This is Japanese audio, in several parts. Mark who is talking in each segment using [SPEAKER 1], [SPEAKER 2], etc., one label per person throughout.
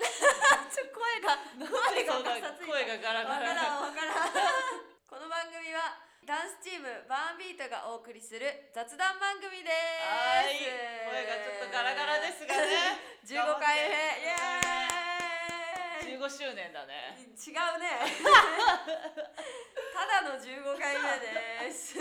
[SPEAKER 1] ちょ声が声がガサついた
[SPEAKER 2] 声がガラ
[SPEAKER 1] わ
[SPEAKER 2] ガラ
[SPEAKER 1] からんわからんこの番組はダンスチームバーンビートがお送りする雑談番組です
[SPEAKER 2] はい声がちょっとガラガラですが ね
[SPEAKER 1] 15回目イエーイ
[SPEAKER 2] 15周年だね
[SPEAKER 1] 違うね ただの15回目です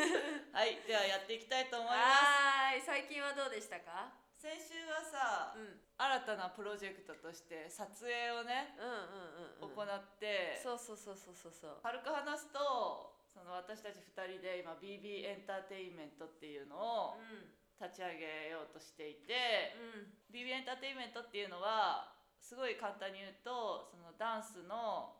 [SPEAKER 2] はいではやっていきたいと思います
[SPEAKER 1] はーい最近はどうでしたか
[SPEAKER 2] 先週はさ、
[SPEAKER 1] うん
[SPEAKER 2] 新たなプロジェクトとして撮影をね、
[SPEAKER 1] うんうんうんうん
[SPEAKER 2] 行って
[SPEAKER 1] そうそうそうそうそうそう
[SPEAKER 2] 軽く話すとその私たち2人で今 BB エンターテインメントっていうのを
[SPEAKER 1] うん
[SPEAKER 2] 立ち上げようとしていて、
[SPEAKER 1] うん
[SPEAKER 2] BB エンターテインメントっていうのはすごい簡単に言うとそのダンスの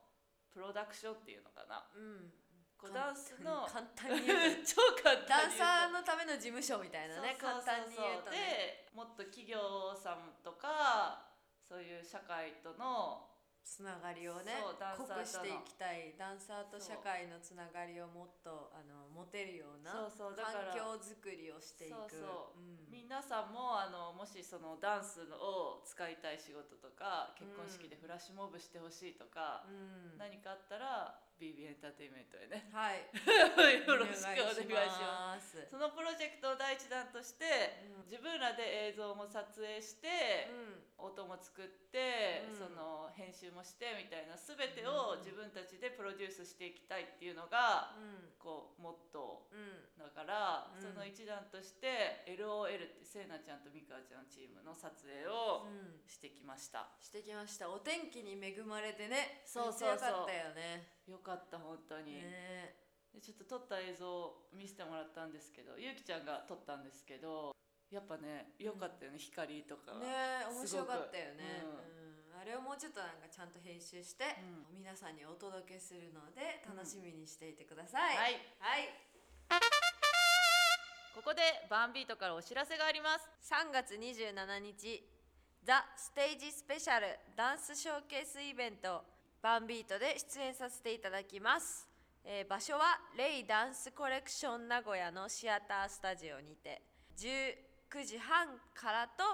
[SPEAKER 2] プロダクションっていうのかな
[SPEAKER 1] うん
[SPEAKER 2] こうダンスの
[SPEAKER 1] 簡単に言うと
[SPEAKER 2] 超簡
[SPEAKER 1] ダ
[SPEAKER 2] 単に言
[SPEAKER 1] ン
[SPEAKER 2] うと
[SPEAKER 1] サーのための事務所みたいなね
[SPEAKER 2] そうそうそうそう
[SPEAKER 1] 簡単に言うとね
[SPEAKER 2] でもっと企業さんとかそういう社会との
[SPEAKER 1] つながりをね
[SPEAKER 2] そうダンサー
[SPEAKER 1] 濃
[SPEAKER 2] との
[SPEAKER 1] くしていきたいダンサーと社会のつながりをもっとあの持てるよう
[SPEAKER 2] そ
[SPEAKER 1] な
[SPEAKER 2] うそうだから
[SPEAKER 1] 環境づくりをしていく
[SPEAKER 2] そうそう
[SPEAKER 1] うん
[SPEAKER 2] 皆さんもあのもしそのダンスを使いたい仕事とか結婚式でフラッシュモブしてほしいとか、
[SPEAKER 1] うん
[SPEAKER 2] 何かあったら BB エンターテインメントへね
[SPEAKER 1] はい
[SPEAKER 2] よろしくお願いします
[SPEAKER 1] す
[SPEAKER 2] そのプロジェクトの第一弾として自分らで映像も撮影して、音も作って、
[SPEAKER 1] うん
[SPEAKER 2] その編集もしてみたいな全て
[SPEAKER 1] うん
[SPEAKER 2] を自分たちでプロデュースしていきたいっていうのが、こうモット
[SPEAKER 1] うんうんうん
[SPEAKER 2] ーだから、
[SPEAKER 1] うん
[SPEAKER 2] その一段として LOL ってせいなちゃんとみかわちゃんのチームの撮影を
[SPEAKER 1] うん
[SPEAKER 2] してきました、
[SPEAKER 1] してきましたお天気に恵まれてね
[SPEAKER 2] そうそうそう
[SPEAKER 1] めっちゃ良かったよね
[SPEAKER 2] よかった本当に、
[SPEAKER 1] ね
[SPEAKER 2] でちょっと撮った映像を見せてもらったんですけどゆうきちゃんが撮ったんですけどやっぱねよかったよね、光とか、
[SPEAKER 1] ねえ面白かったよ
[SPEAKER 2] す
[SPEAKER 1] ね、
[SPEAKER 2] ごく
[SPEAKER 1] うんあれをもうちょっとなんかちゃんと編集して、皆さんにお届けするので楽しみにしていてください、、
[SPEAKER 2] はいいここでバンビートからお知らせがあります
[SPEAKER 1] 3月27日ザ・ステージスペシャルダンスショーケースイベントバンビートで出演させていただきます、えー場所はレイダンスコレクション名古屋のシアタースタジオにて19時半からと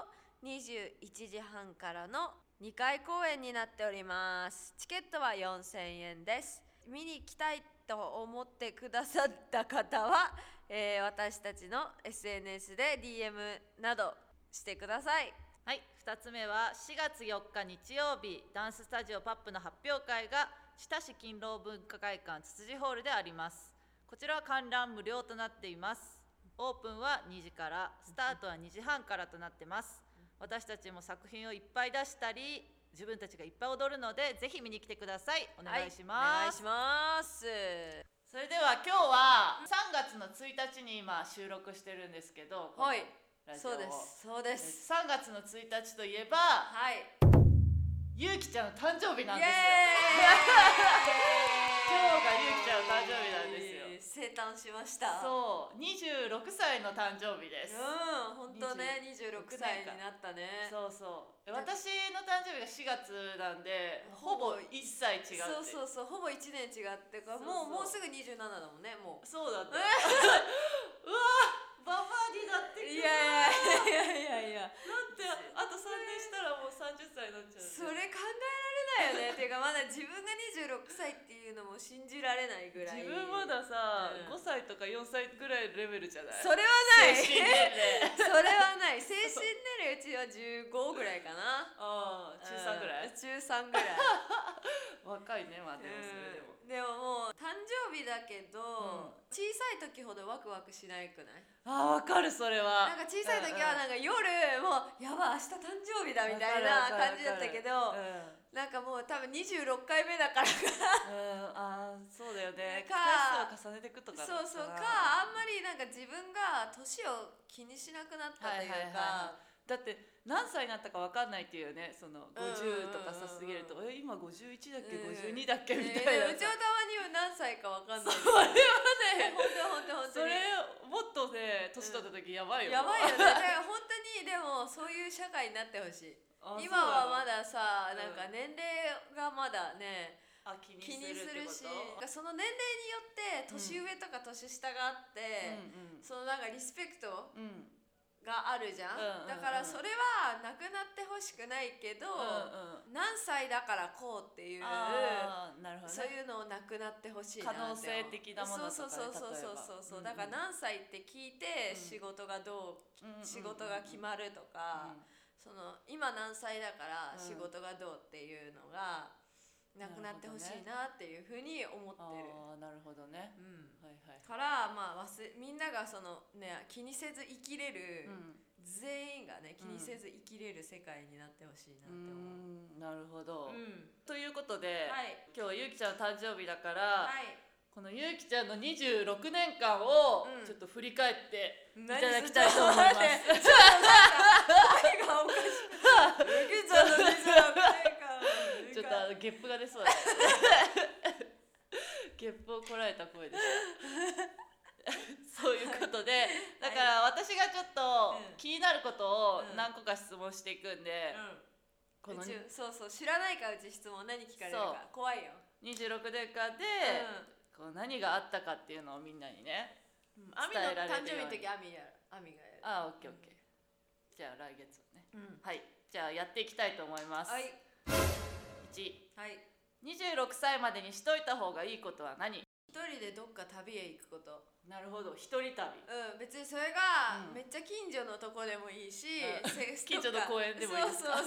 [SPEAKER 1] 21時半からの2回公演になっておりますチケットは4000円です見に来たいと思ってくださった方は、えー私たちの SNS で DM などしてください
[SPEAKER 2] はい、2つ目は4月4日日曜日ダンススタジオパップの発表会が知多市勤労文化会館つつじホールでありますこちらは観覧無料となっていますオープンは2時からスタートは2時半からとなってます私たちも作品をいっぱい出したり自分たちがいっぱい踊るのでぜひ見に来てくださいお願いしま
[SPEAKER 1] はいお願い
[SPEAKER 2] す、
[SPEAKER 1] します
[SPEAKER 2] それでは今日は3月の1日に今収録してるんですけどこの
[SPEAKER 1] はい
[SPEAKER 2] ラジオを
[SPEAKER 1] そうですそうです
[SPEAKER 2] 3月の1日といえば
[SPEAKER 1] はい
[SPEAKER 2] ゆうきちゃんの誕生日
[SPEAKER 1] イエー
[SPEAKER 2] なん
[SPEAKER 1] イ
[SPEAKER 2] ですよ今日がゆうきちゃんの誕生日なんですよ
[SPEAKER 1] す よ生誕しましたう
[SPEAKER 2] そう26歳の誕生日です、
[SPEAKER 1] うん本当ね26歳になったね
[SPEAKER 2] そうそうえ私の誕生日が4月なんでほぼ1歳違うって
[SPEAKER 1] そうそうそうほぼ1年違ってから
[SPEAKER 2] そうそう
[SPEAKER 1] もうもうすぐ27だもんねもう
[SPEAKER 2] そうだったう わババアになってく
[SPEAKER 1] い
[SPEAKER 2] る
[SPEAKER 1] やいやいやいやいや
[SPEAKER 2] なんてあと3年したらもう30歳になっちゃう
[SPEAKER 1] それ考えられないよねっていうかまだ自分が26歳っていうのも信じられないぐらい
[SPEAKER 2] 自分まださ、
[SPEAKER 1] うん
[SPEAKER 2] 5歳とか4歳ぐらいのレベルじゃない
[SPEAKER 1] それはない
[SPEAKER 2] 精神年 齢
[SPEAKER 1] それはない精神年齢うちは15ぐらいかな
[SPEAKER 2] あ あ中3ぐらい
[SPEAKER 1] うん、中3ぐらい
[SPEAKER 2] 若いねまあ でもそれでも、
[SPEAKER 1] うんでももう誕生日だけど、
[SPEAKER 2] う
[SPEAKER 1] 小さい時ほどワクワクしないくない
[SPEAKER 2] あーわかるそれは
[SPEAKER 1] なんか小さい時はなんか夜もうやばい明日誕生日だみたいな感じだったけ
[SPEAKER 2] うん
[SPEAKER 1] ど
[SPEAKER 2] うんうん
[SPEAKER 1] なんかもう多分26回目だからか
[SPEAKER 2] あーそうだよね
[SPEAKER 1] か
[SPEAKER 2] 回数を重ねていくとか
[SPEAKER 1] そうそう
[SPEAKER 2] だな
[SPEAKER 1] かあんまりなんか自分が年を気にしなくなったというか、
[SPEAKER 2] だって何歳になったかわかんないっていうよねその50とかさ
[SPEAKER 1] うんうんうん
[SPEAKER 2] すぎると「え今51だっけ
[SPEAKER 1] うん
[SPEAKER 2] 52だっけ?」み
[SPEAKER 1] ね
[SPEAKER 2] たいな
[SPEAKER 1] うちは
[SPEAKER 2] さ
[SPEAKER 1] たまには何歳かわかんない
[SPEAKER 2] それはね
[SPEAKER 1] 本当本当本
[SPEAKER 2] そ
[SPEAKER 1] 当に
[SPEAKER 2] れもっとね年取った時やばいよ
[SPEAKER 1] やばいよねだから本当にでもそういう社会になってほしい今はま
[SPEAKER 2] だ
[SPEAKER 1] ださ
[SPEAKER 2] うん
[SPEAKER 1] なんか年齢がまだね、
[SPEAKER 2] 気に
[SPEAKER 1] 気に
[SPEAKER 2] す
[SPEAKER 1] す
[SPEAKER 2] るっ
[SPEAKER 1] る
[SPEAKER 2] てこ
[SPEAKER 1] し
[SPEAKER 2] と
[SPEAKER 1] その年齢によって年上とか年下があって、
[SPEAKER 2] うん
[SPEAKER 1] そのなんかリスペクト
[SPEAKER 2] うんうん
[SPEAKER 1] があるじゃん,、
[SPEAKER 2] うんうんうん
[SPEAKER 1] だからそれはなくなってほしくないけど、
[SPEAKER 2] うんうん
[SPEAKER 1] 何歳だからこうっていう
[SPEAKER 2] あーなるほど、ね、
[SPEAKER 1] そういうのをなくなってほしいなって思
[SPEAKER 2] 可
[SPEAKER 1] う
[SPEAKER 2] 能性的なものとか
[SPEAKER 1] そう
[SPEAKER 2] ね
[SPEAKER 1] そうそうそうそうそう、
[SPEAKER 2] 例えば
[SPEAKER 1] だから何歳って聞いて
[SPEAKER 2] うん
[SPEAKER 1] 仕事がどう、
[SPEAKER 2] うんうんうんうん
[SPEAKER 1] 仕事が決まるとか、その今何歳だから仕事がどうっていうのがなくなってほしいなっていうふうに思ってる。
[SPEAKER 2] ああなるほどね
[SPEAKER 1] うん
[SPEAKER 2] はいはい
[SPEAKER 1] からまあ忘れみんながそのね気にせず生きれる、
[SPEAKER 2] うん
[SPEAKER 1] 全員がね気にせず生きれる世界になってほしいなって
[SPEAKER 2] う
[SPEAKER 1] 思う。
[SPEAKER 2] んなるほど、
[SPEAKER 1] うん
[SPEAKER 2] ということで、
[SPEAKER 1] はい
[SPEAKER 2] 今日ゆうきちゃんの誕生日だから、
[SPEAKER 1] はい
[SPEAKER 2] このゆうきちゃんの26年間を
[SPEAKER 1] うん
[SPEAKER 2] ちょっと振り返って
[SPEAKER 1] い
[SPEAKER 2] いただきたいと思います、
[SPEAKER 1] ちょっと待ってちょっとなんか声がおかしい。ゆきちゃんの水が
[SPEAKER 2] ちょっとあのゲップが出 そうだねゲップをこらえた声です そういうことでだから私がちょっと
[SPEAKER 1] うん
[SPEAKER 2] 気になることを
[SPEAKER 1] うん
[SPEAKER 2] 何個か質問していくんで、この
[SPEAKER 1] うん。うちそうそう知らないからうち質問何聞かれるか怖いよ。
[SPEAKER 2] 26年間で、こう何があったかっていうのをみんなにね
[SPEAKER 1] うん。アミ
[SPEAKER 2] 伝えら
[SPEAKER 1] の
[SPEAKER 2] れ
[SPEAKER 1] 誕
[SPEAKER 2] る
[SPEAKER 1] 生
[SPEAKER 2] ように
[SPEAKER 1] 日の時アミやる。アミがやる。
[SPEAKER 2] ああオッケーオッケーじゃあ来月はね
[SPEAKER 1] うん。
[SPEAKER 2] はいじゃあやっていきたいと思います、
[SPEAKER 1] はい
[SPEAKER 2] 1
[SPEAKER 1] はい。
[SPEAKER 2] 26歳までにしといた方がいいことは何
[SPEAKER 1] 一人でどっか旅へ行くこと。
[SPEAKER 2] なるほど一人旅
[SPEAKER 1] うん、別にそれが
[SPEAKER 2] うん
[SPEAKER 1] めっちゃ近所のとこでもいいし、
[SPEAKER 2] うん
[SPEAKER 1] せ
[SPEAKER 2] 近所の公園でもいいですか
[SPEAKER 1] そうそうそ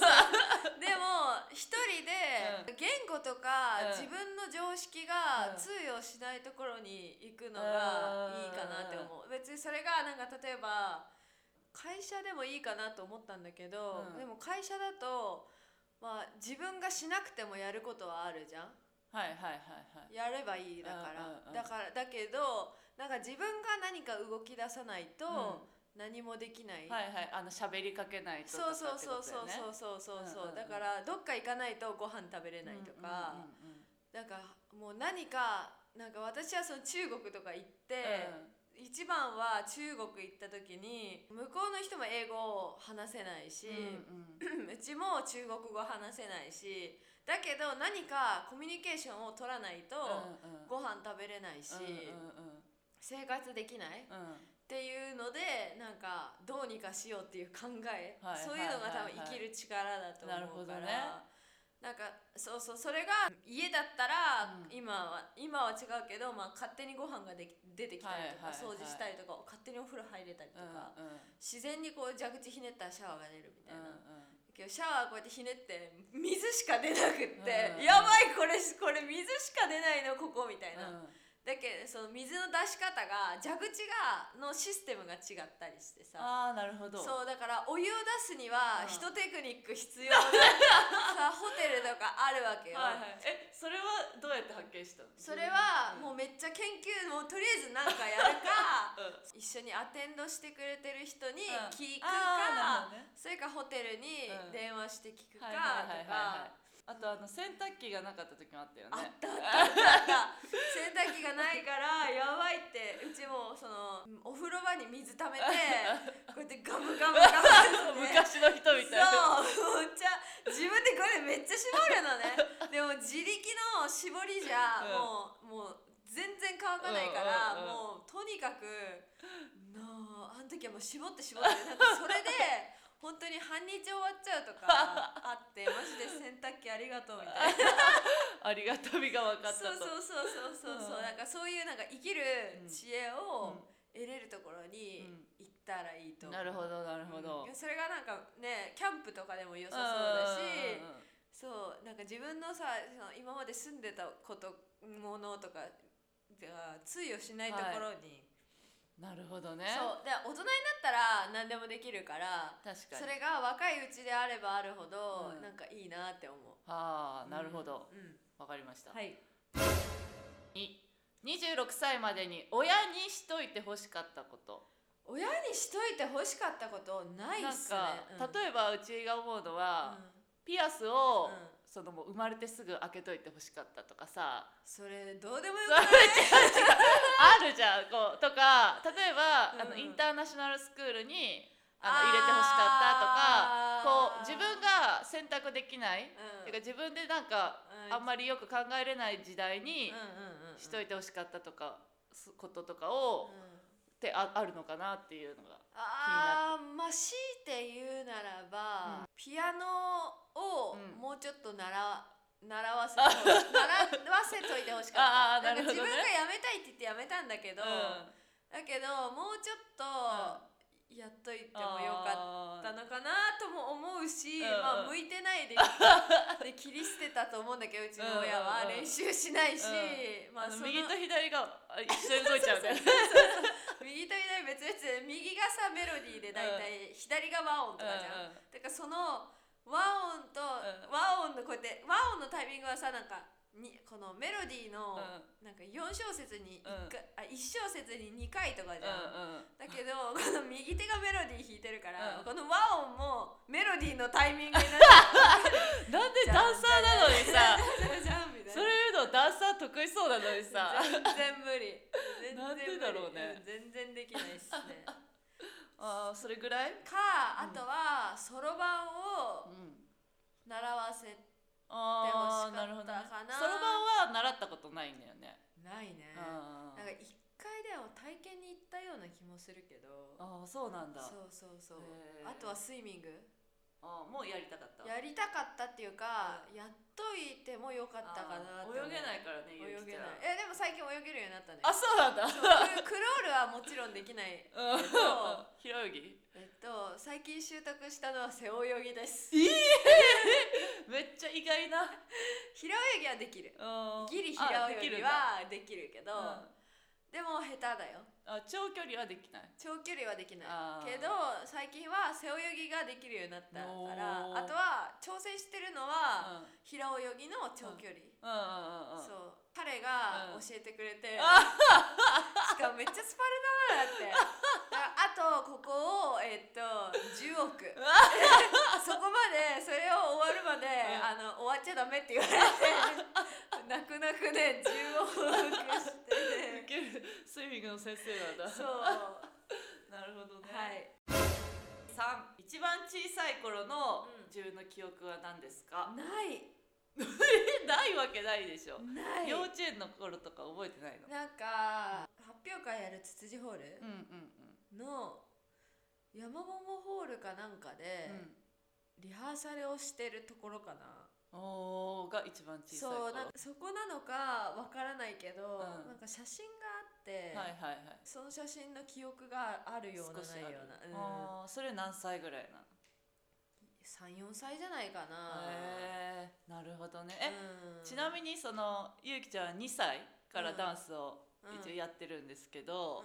[SPEAKER 1] うでも一人で言語とか
[SPEAKER 2] うん
[SPEAKER 1] 自分の常識
[SPEAKER 2] う
[SPEAKER 1] が
[SPEAKER 2] ん
[SPEAKER 1] 通用しないところに行くのがいいかなって思う別にそれがなんか例えば会社でもいいかなと思ったんだけど、
[SPEAKER 2] うん
[SPEAKER 1] でも会社だと、まあ、自分がしなくてもやることはあるじゃん
[SPEAKER 2] はいはいはいはい
[SPEAKER 1] やればいいだか
[SPEAKER 2] うんうんう
[SPEAKER 1] ら
[SPEAKER 2] ん
[SPEAKER 1] だからだけどなんか自分が何か動き出さないと何もできない、
[SPEAKER 2] はいはいあの喋りかけないとと
[SPEAKER 1] そ
[SPEAKER 2] か
[SPEAKER 1] う
[SPEAKER 2] って
[SPEAKER 1] そ
[SPEAKER 2] こと
[SPEAKER 1] うそう
[SPEAKER 2] だ
[SPEAKER 1] そ
[SPEAKER 2] よ
[SPEAKER 1] う
[SPEAKER 2] ね
[SPEAKER 1] そうそうそう
[SPEAKER 2] うんうんうん
[SPEAKER 1] だからどっか行かないとご飯食べれないとか、
[SPEAKER 2] うんうんうん
[SPEAKER 1] なんかもう何かなんか私はその中国とか行って、
[SPEAKER 2] う
[SPEAKER 1] 一番は中国行った時に向こうの人も英語を話せないし、
[SPEAKER 2] んうんうん
[SPEAKER 1] うちも中国語話せないしだけど何かコミュニケーションを取らないと、
[SPEAKER 2] うんうん
[SPEAKER 1] ご飯食べれないし、
[SPEAKER 2] う
[SPEAKER 1] 生活できないっ
[SPEAKER 2] んうんうんうん
[SPEAKER 1] ていうのでなんかどうにかしようっていう考え、
[SPEAKER 2] はい
[SPEAKER 1] そういうのが多
[SPEAKER 2] はいは
[SPEAKER 1] 分
[SPEAKER 2] い
[SPEAKER 1] 生きる力だと思うから。
[SPEAKER 2] なるほど
[SPEAKER 1] なんかそうそうそれが家だったら、
[SPEAKER 2] うん
[SPEAKER 1] 今は今は違うけど、まあ、勝手にご飯ができ出てきたりと
[SPEAKER 2] はいはい
[SPEAKER 1] か、
[SPEAKER 2] はい
[SPEAKER 1] 掃除したりとか勝手にお風呂入れたりと
[SPEAKER 2] うん
[SPEAKER 1] か、
[SPEAKER 2] うんうん
[SPEAKER 1] 自然にこう蛇口ひねったらシャワーが出るみたいな、
[SPEAKER 2] うん
[SPEAKER 1] けどシャワーこうやってひねって水しか出なく
[SPEAKER 2] う
[SPEAKER 1] って、
[SPEAKER 2] ん
[SPEAKER 1] やばいこれこれ水しか出ないのここみたい
[SPEAKER 2] うん
[SPEAKER 1] な、だけどその水の出し方が蛇口がのシステムが違ったりしてさ
[SPEAKER 2] ああなるほど
[SPEAKER 1] そうだからお湯を出すには
[SPEAKER 2] うん
[SPEAKER 1] 一テクニック必要な さホテルとかあるわけよ、
[SPEAKER 2] はいはいえそれはどうやって発見したの
[SPEAKER 1] それはもうめっちゃ研究もうとりあえず何かや るか
[SPEAKER 2] うん
[SPEAKER 1] 一緒にアテンドしてくれてる人に
[SPEAKER 2] うん
[SPEAKER 1] 聞く
[SPEAKER 2] あーなるほ
[SPEAKER 1] か、
[SPEAKER 2] どね
[SPEAKER 1] それかホテルに
[SPEAKER 2] うん
[SPEAKER 1] 電話して聞くか
[SPEAKER 2] はい
[SPEAKER 1] と
[SPEAKER 2] はいはいはいはい
[SPEAKER 1] か。
[SPEAKER 2] あとあの洗濯機がなかった時もあったよ
[SPEAKER 1] あっ
[SPEAKER 2] ね
[SPEAKER 1] たあったあった洗濯機がないからやばいってうちもそのお風呂場に水溜め てこうやってガムガムガムってね
[SPEAKER 2] 昔の人みたいな
[SPEAKER 1] そうめっちゃ自分でこれめっちゃ絞るのねでも自力の絞りじゃもう、もう全然乾かないから、
[SPEAKER 2] うん
[SPEAKER 1] もうとにかくなああの時はもう絞って絞ってなんかそれで本当に半日終わっちゃうとかあってマジで洗濯機ありがとうみたいな。
[SPEAKER 2] ありがたみが分かったと
[SPEAKER 1] そうそうそうそうそうそう、
[SPEAKER 2] うん
[SPEAKER 1] なんかそういうなんか生きる知恵を得れるところに行ったらいいと
[SPEAKER 2] うん
[SPEAKER 1] 思う、
[SPEAKER 2] なるほどなるほど、
[SPEAKER 1] うんそれがなんかねキャンプとかでも良さそうだし
[SPEAKER 2] うんうんうん
[SPEAKER 1] そうなんか自分のさその今まで住んでたことものとかが通用しないところに、
[SPEAKER 2] なるほどね
[SPEAKER 1] そうで大人になったら何でもできるから
[SPEAKER 2] 確かに
[SPEAKER 1] それが若いうちであればあるほど、
[SPEAKER 2] うん
[SPEAKER 1] なんかいいなって思う
[SPEAKER 2] ああなるほど、
[SPEAKER 1] うんうん
[SPEAKER 2] わかりました、
[SPEAKER 1] はい
[SPEAKER 2] に26歳までに親にしといてほしかったこと
[SPEAKER 1] 親にしといて欲しかったことないっ
[SPEAKER 2] なん
[SPEAKER 1] すね
[SPEAKER 2] か、
[SPEAKER 1] え
[SPEAKER 2] 例えばうちが思うのは、ピアス
[SPEAKER 1] うん
[SPEAKER 2] を、
[SPEAKER 1] うん
[SPEAKER 2] そのもう生まれてすぐ開けといてほしかったとかさ
[SPEAKER 1] それどうでもよ
[SPEAKER 2] そ
[SPEAKER 1] く
[SPEAKER 2] れ違う違うある
[SPEAKER 1] ない
[SPEAKER 2] じゃんこうとか例えば、あ
[SPEAKER 1] う
[SPEAKER 2] の
[SPEAKER 1] ん
[SPEAKER 2] インターナショナルスクールにあの入れてほしかったとかこう自分が選択できない、てか自分でなんか、あん
[SPEAKER 1] ま
[SPEAKER 2] まりよく考えれない時代に、しと
[SPEAKER 1] い
[SPEAKER 2] いてほしかったとかすこととかを、ってああるのかなっていうのが
[SPEAKER 1] あーまあ強いて言うならば、
[SPEAKER 2] うん
[SPEAKER 1] ピアノを
[SPEAKER 2] うん
[SPEAKER 1] もうちょっと習わ習わせと習わせといてほし
[SPEAKER 2] あ
[SPEAKER 1] かっ
[SPEAKER 2] ーな
[SPEAKER 1] た
[SPEAKER 2] るほどね
[SPEAKER 1] んか自分がやめたいって言ってやめたんだけど、
[SPEAKER 2] う
[SPEAKER 1] だけどもうちょっとやっといてもよ
[SPEAKER 2] か
[SPEAKER 1] かったのかなとも思うし、
[SPEAKER 2] うん
[SPEAKER 1] まあ向いてない でで切り捨てたと思うんだけどうちの親は
[SPEAKER 2] うんうんうん
[SPEAKER 1] 練習しないし、ま
[SPEAKER 2] あ
[SPEAKER 1] あ
[SPEAKER 2] の
[SPEAKER 1] その
[SPEAKER 2] 右と左が あ一緒に動いちゃうね
[SPEAKER 1] 右と左別々で右がさメロディーで大体、左が和音とかじゃん。だからその和音と
[SPEAKER 2] うん
[SPEAKER 1] 和音のこうやって和音のタイミングはさなんかにこのメロディーの
[SPEAKER 2] う
[SPEAKER 1] なんか4小節に
[SPEAKER 2] うん
[SPEAKER 1] 1, 回、あ1小節に2回とかじ
[SPEAKER 2] んう
[SPEAKER 1] ゃん。
[SPEAKER 2] んうん
[SPEAKER 1] だけどこの右手がメロディー弾いてるから、
[SPEAKER 2] うん
[SPEAKER 1] この和音もメロディーのタイミングにな っち
[SPEAKER 2] なんでダンサーなのにさ
[SPEAKER 1] ゃうじゃんみたい
[SPEAKER 2] そ
[SPEAKER 1] な。
[SPEAKER 2] れ言うのダンサー得意そうなのにさ
[SPEAKER 1] 全然無理。全然
[SPEAKER 2] なんでだろうね
[SPEAKER 1] 無理うん全然できないっす ね。
[SPEAKER 2] あーそれぐらい
[SPEAKER 1] かあとはそろばんを習わせ
[SPEAKER 2] あー
[SPEAKER 1] や
[SPEAKER 2] な
[SPEAKER 1] っ
[SPEAKER 2] る
[SPEAKER 1] て
[SPEAKER 2] ほ
[SPEAKER 1] ほ
[SPEAKER 2] ど
[SPEAKER 1] しかった
[SPEAKER 2] ね
[SPEAKER 1] かな
[SPEAKER 2] そろばんは習ったことないんだよね
[SPEAKER 1] ないね。
[SPEAKER 2] あ
[SPEAKER 1] なんか一回でも体験に行ったような気もするけど
[SPEAKER 2] あーそうなんだ
[SPEAKER 1] そうそうそう
[SPEAKER 2] へー
[SPEAKER 1] あとはスイミング
[SPEAKER 2] あーもうやりたかった
[SPEAKER 1] やりたかったっていうかやっといてもよかったか
[SPEAKER 2] あ
[SPEAKER 1] なっ
[SPEAKER 2] ー
[SPEAKER 1] て思う
[SPEAKER 2] 泳げないからねゆう
[SPEAKER 1] 泳
[SPEAKER 2] きち
[SPEAKER 1] げ
[SPEAKER 2] ゃん
[SPEAKER 1] ないえでも最近泳げるようになったね
[SPEAKER 2] あそうなんだ
[SPEAKER 1] そうククロールはもちろんできない
[SPEAKER 2] うん
[SPEAKER 1] そう
[SPEAKER 2] 平泳ぎ
[SPEAKER 1] えっと最近習得したのは背泳ぎです
[SPEAKER 2] めっちゃ意外な
[SPEAKER 1] 平泳ぎはできる
[SPEAKER 2] うん
[SPEAKER 1] ギリ
[SPEAKER 2] あで
[SPEAKER 1] 平
[SPEAKER 2] き
[SPEAKER 1] 泳
[SPEAKER 2] る
[SPEAKER 1] ぎ
[SPEAKER 2] んだ
[SPEAKER 1] はできるけど
[SPEAKER 2] うん
[SPEAKER 1] でも下手だよ
[SPEAKER 2] あ長距離はできない
[SPEAKER 1] 長距離はできない
[SPEAKER 2] あー
[SPEAKER 1] けど最近は背泳ぎができるようになったから
[SPEAKER 2] おー
[SPEAKER 1] あとは挑戦してるの
[SPEAKER 2] う
[SPEAKER 1] は
[SPEAKER 2] ん
[SPEAKER 1] 平泳ぎの長距離、
[SPEAKER 2] うんうんうんうん
[SPEAKER 1] そう彼が
[SPEAKER 2] うん
[SPEAKER 1] 教えてくれ て、
[SPEAKER 2] あ
[SPEAKER 1] しかもめっちゃスパルタだなだってだからあとここをえっと10億 そこまでそれを終わるまで、あの終わっちゃダメって言われて泣く泣くね10億して
[SPEAKER 2] ウ
[SPEAKER 1] ね
[SPEAKER 2] ケるスイミングの先生なんだ
[SPEAKER 1] そうは
[SPEAKER 2] なるほどね、
[SPEAKER 1] い
[SPEAKER 2] 三一番小さい頃の
[SPEAKER 1] うん
[SPEAKER 2] 自分の記憶は何ですか、
[SPEAKER 1] ない
[SPEAKER 2] えないわけないでしょ、
[SPEAKER 1] ない
[SPEAKER 2] 幼稚園の頃とか覚えてないの
[SPEAKER 1] なんか発表会やるつつじホール
[SPEAKER 2] うんうん
[SPEAKER 1] の山桃ホールかなんかで
[SPEAKER 2] うん、
[SPEAKER 1] リハーサルをしてるところかな、
[SPEAKER 2] うん、おーが一番小さい頃
[SPEAKER 1] そうなんかそこなのかわからないけど、
[SPEAKER 2] うん
[SPEAKER 1] なんか写真があって、
[SPEAKER 2] はいはいはい
[SPEAKER 1] その写真の記憶があるような
[SPEAKER 2] 少し
[SPEAKER 1] ないような、
[SPEAKER 2] ある
[SPEAKER 1] うん、
[SPEAKER 2] あーそれ何歳ぐらいなの
[SPEAKER 1] 34歳じゃないかな、
[SPEAKER 2] へえなるほどねえ、ちなみ
[SPEAKER 1] に、
[SPEAKER 2] にそのゆうきちゃんは2歳からダンスを
[SPEAKER 1] うん
[SPEAKER 2] 一応やってるんですけど、
[SPEAKER 1] う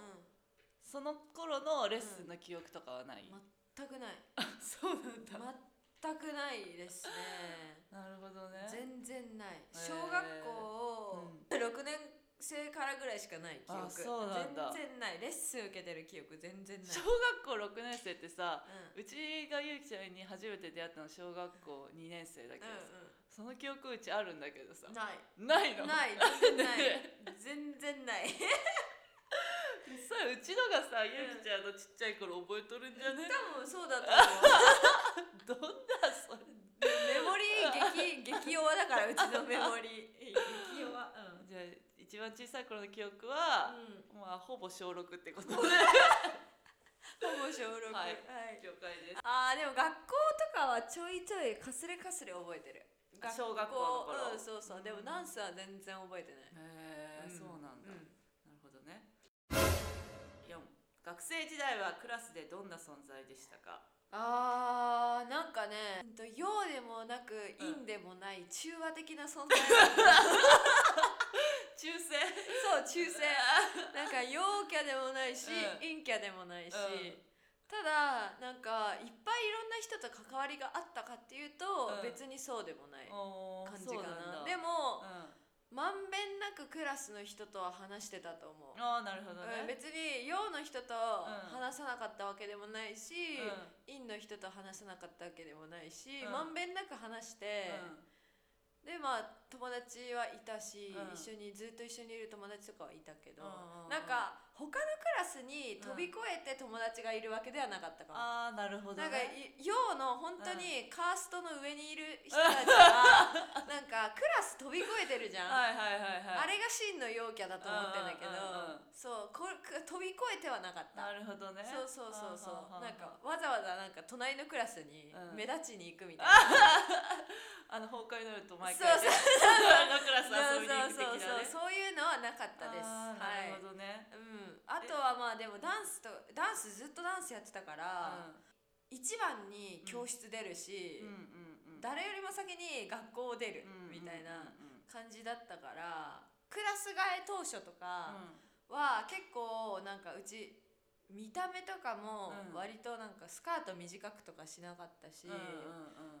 [SPEAKER 2] その頃のレッスンの記憶とかはない、
[SPEAKER 1] うんん、全くない
[SPEAKER 2] そうなんだ、
[SPEAKER 1] 全くないですね
[SPEAKER 2] なるほどね
[SPEAKER 1] 全然ない
[SPEAKER 2] ー
[SPEAKER 1] 小学校6年生からぐらいしかない記憶
[SPEAKER 2] あそうなんだ
[SPEAKER 1] 全然ないレッスン受けてる記憶全然ない
[SPEAKER 2] 小学校6年生ってさ
[SPEAKER 1] う
[SPEAKER 2] うちがゆうきちゃんに初めて出会ったの小学校2年生だけどさ、そ
[SPEAKER 1] ん
[SPEAKER 2] の記憶うちあるんだけどさ
[SPEAKER 1] うんうんない
[SPEAKER 2] ないの
[SPEAKER 1] ない全然ない全然ない
[SPEAKER 2] さうちのがさゆうきちゃんのちっちゃい頃覚えとるんじゃね、
[SPEAKER 1] 多分そうだと
[SPEAKER 2] どん
[SPEAKER 1] 思う
[SPEAKER 2] なそれ
[SPEAKER 1] メモリー激激弱だからうちのメモリー激弱うん
[SPEAKER 2] じゃあ一番小さい頃の記憶は、
[SPEAKER 1] うん
[SPEAKER 2] まあほぼ小6ってことで
[SPEAKER 1] ほぼ小6
[SPEAKER 2] はい
[SPEAKER 1] はい
[SPEAKER 2] 了解です
[SPEAKER 1] あーでも学校とかはちょいちょいかすれかすれ覚えてる
[SPEAKER 2] あ小学校の頃
[SPEAKER 1] うんそうそうでもダンスは全然覚えてない
[SPEAKER 2] へえ、そうなんだ、
[SPEAKER 1] う
[SPEAKER 2] なるほどね4学生時代はクラスでどんな存在でしたか
[SPEAKER 1] あーなんかねうんと陽でもなく陰でもない中和的な存在、
[SPEAKER 2] 中性
[SPEAKER 1] そう中性 なんか陽キャでもないし、
[SPEAKER 2] うん
[SPEAKER 1] 陰キャでもないし、
[SPEAKER 2] うん
[SPEAKER 1] ただなんかいっぱいいろんな人と関わりがあったかっていうと、
[SPEAKER 2] うん
[SPEAKER 1] 別にそうでもない
[SPEAKER 2] お
[SPEAKER 1] 感じかなで
[SPEAKER 2] でも、
[SPEAKER 1] も
[SPEAKER 2] あ
[SPEAKER 1] まんべんなくクラスの人とは話してたと思う、
[SPEAKER 2] あーなるほど
[SPEAKER 1] うん、
[SPEAKER 2] ね、
[SPEAKER 1] 別に陽の人と話さなかったわけでもないし、
[SPEAKER 2] うん
[SPEAKER 1] 院の人と話さなかったわけでもないし、
[SPEAKER 2] うん
[SPEAKER 1] まんべんなく話して、でまあ友達はいたし、
[SPEAKER 2] うん
[SPEAKER 1] 一緒にずっと一緒にいる友達とかはいたけど、
[SPEAKER 2] うんうんうん
[SPEAKER 1] なんか他のクラスに飛び越えて友達がいるわけではなかったかも。
[SPEAKER 2] ああなるほどね
[SPEAKER 1] なんか い洋の本当にカーストの上にいる人たちは、なんかクラス飛び越えてるじゃん、
[SPEAKER 2] はいはいはいはい
[SPEAKER 1] あれが真の陽キャだと思ってんだけど、
[SPEAKER 2] うんうんうんうん
[SPEAKER 1] そうこれ飛び越えてはなかった
[SPEAKER 2] なるほどね
[SPEAKER 1] そうそうそうそ
[SPEAKER 2] は
[SPEAKER 1] う
[SPEAKER 2] はは
[SPEAKER 1] なんかわざわざなんか隣のクラスに
[SPEAKER 2] うん
[SPEAKER 1] 目立ちに行くみたいな、
[SPEAKER 2] あの崩壊になると毎
[SPEAKER 1] そう
[SPEAKER 2] 回ね
[SPEAKER 1] そう
[SPEAKER 2] あのクラス
[SPEAKER 1] そう
[SPEAKER 2] 遊びに行く
[SPEAKER 1] そうそう
[SPEAKER 2] 的なね
[SPEAKER 1] そうそういうのはなかったで
[SPEAKER 2] あ
[SPEAKER 1] す
[SPEAKER 2] ー
[SPEAKER 1] はい
[SPEAKER 2] なるほどね
[SPEAKER 1] うん、あとはまあでもダンスとダンスずっとダンスやってたから、一番に教室出るし、
[SPEAKER 2] うんうんうん
[SPEAKER 1] 誰よりも先に学校を出る
[SPEAKER 2] うん
[SPEAKER 1] みたいな
[SPEAKER 2] うん
[SPEAKER 1] 感じだったからクラス替え当初と
[SPEAKER 2] う
[SPEAKER 1] か
[SPEAKER 2] ん
[SPEAKER 1] は結構なんかうち見た目とかも
[SPEAKER 2] うん
[SPEAKER 1] 割となんかスカート短くとかしなかったし、
[SPEAKER 2] うん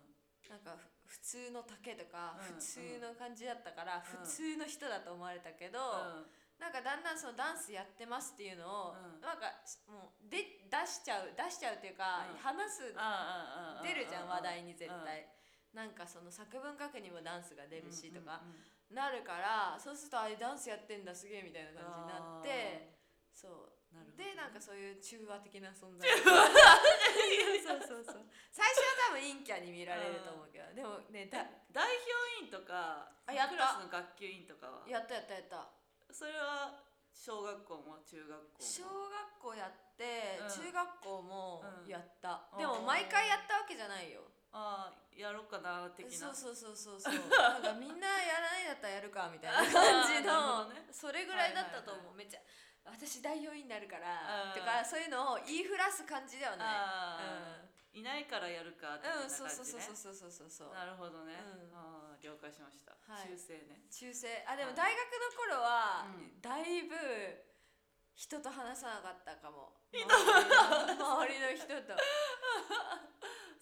[SPEAKER 2] うんうん
[SPEAKER 1] なんかふ普通の丈とか
[SPEAKER 2] うん
[SPEAKER 1] 普通の感じだったか
[SPEAKER 2] うん
[SPEAKER 1] ら普通の人だと思われたけ
[SPEAKER 2] うん
[SPEAKER 1] ど、なんかだんだんそのダンスやってますっていうのを、
[SPEAKER 2] うん
[SPEAKER 1] なんかしもうで出しちゃう出しちゃうっていうか、
[SPEAKER 2] うん
[SPEAKER 1] 話す
[SPEAKER 2] ああああああ
[SPEAKER 1] 出るじゃん話題に絶
[SPEAKER 2] うん
[SPEAKER 1] 対、なんかその作文書くにもダンスが出るしとか
[SPEAKER 2] うんうんうん
[SPEAKER 1] なるから、そうするとあれダンスやってんだすげえみたいな感じになってそう
[SPEAKER 2] なるほどね
[SPEAKER 1] でなんかそういう中和的 な存在そうそうそう最初は多分陰キャに見られると思うけど、でもねだ
[SPEAKER 2] 代表員とか
[SPEAKER 1] あやった
[SPEAKER 2] クラスの学級委員とかは
[SPEAKER 1] やったやったやった
[SPEAKER 2] それは小学校も中学校も
[SPEAKER 1] 小学校やって、
[SPEAKER 2] うん
[SPEAKER 1] 中学校も
[SPEAKER 2] うん
[SPEAKER 1] やった、
[SPEAKER 2] うん
[SPEAKER 1] でも毎回やったわけじゃないよ
[SPEAKER 2] ああやろうかな的
[SPEAKER 1] そ
[SPEAKER 2] な
[SPEAKER 1] うそうそうそうそう なんかみんなやらないんだったらやるかみたいな感じ
[SPEAKER 2] あーなるほ
[SPEAKER 1] の、
[SPEAKER 2] どね
[SPEAKER 1] それぐらいだったと思う、めっちゃ私代表員になるからとかそういうのを言いふらす感じではない
[SPEAKER 2] ああいないからやるか的な
[SPEAKER 1] うん、
[SPEAKER 2] 感じ
[SPEAKER 1] そうそうそう
[SPEAKER 2] ね
[SPEAKER 1] そうそうそうそうそう
[SPEAKER 2] なるほどね
[SPEAKER 1] うん
[SPEAKER 2] ああ了解しました
[SPEAKER 1] はい
[SPEAKER 2] 修正ね
[SPEAKER 1] 中性あでも
[SPEAKER 2] はい
[SPEAKER 1] 大学の頃は、
[SPEAKER 2] うん
[SPEAKER 1] だいぶ人と話さなかったかも周りの周りの人と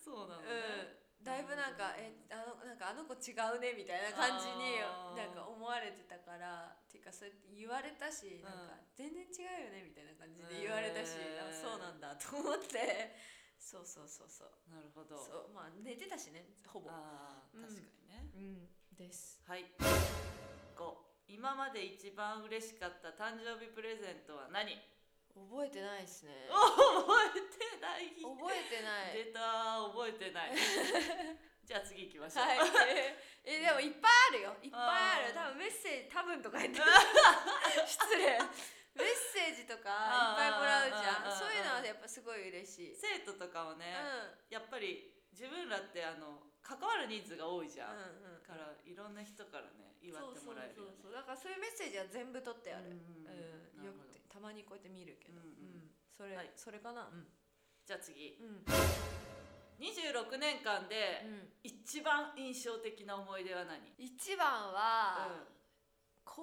[SPEAKER 2] そうなのね
[SPEAKER 1] うん、だいぶなんか「
[SPEAKER 2] うん
[SPEAKER 1] えあのなんかあの子違うね」みたいな感じに
[SPEAKER 2] あー
[SPEAKER 1] なんか思われてたからっていうかそうやって言われた
[SPEAKER 2] ん
[SPEAKER 1] し、なんか全然違うよねみたいな感じで言われたし、
[SPEAKER 2] へー
[SPEAKER 1] あそうなんだと思って そうそうそうそう
[SPEAKER 2] なるほど
[SPEAKER 1] そうまあ寝てたしねほぼ
[SPEAKER 2] ああ
[SPEAKER 1] うん
[SPEAKER 2] 確かにね
[SPEAKER 1] うんです
[SPEAKER 2] はい。五。今まで一番嬉しかった誕生日プレゼントは何？
[SPEAKER 1] 覚えてないですね
[SPEAKER 2] 覚えてない。
[SPEAKER 1] 覚えてない
[SPEAKER 2] 出た覚えて ない。じゃあ次行きましょう。
[SPEAKER 1] はいえでもいっぱいあるよいっぱいある
[SPEAKER 2] あー
[SPEAKER 1] 多分メッセージ多分とか言ってる 失礼メッセージとかいっぱいもらうじ
[SPEAKER 2] あー
[SPEAKER 1] ゃ
[SPEAKER 2] あーあーあ
[SPEAKER 1] ん
[SPEAKER 2] ー
[SPEAKER 1] そういうのはやっぱすごい嬉しい
[SPEAKER 2] 生徒とかは
[SPEAKER 1] うん
[SPEAKER 2] ね、やっぱり自分らってあの関わる人数が多いじゃん。
[SPEAKER 1] うんうん
[SPEAKER 2] だからいろんな人からね祝
[SPEAKER 1] そう
[SPEAKER 2] って
[SPEAKER 1] そ
[SPEAKER 2] も
[SPEAKER 1] う
[SPEAKER 2] らえるよね。
[SPEAKER 1] そうそうだからそういうメッセージは全部取ってある
[SPEAKER 2] うん
[SPEAKER 1] うん
[SPEAKER 2] なる
[SPEAKER 1] よ
[SPEAKER 2] ほ
[SPEAKER 1] く
[SPEAKER 2] ど
[SPEAKER 1] てたまにこうやって見るけど
[SPEAKER 2] うんうん
[SPEAKER 1] うんそれ
[SPEAKER 2] はい
[SPEAKER 1] それかなうん
[SPEAKER 2] じゃあ次。
[SPEAKER 1] うん
[SPEAKER 2] 二十六年間で一番印象的な思い出は何？
[SPEAKER 1] 一番は高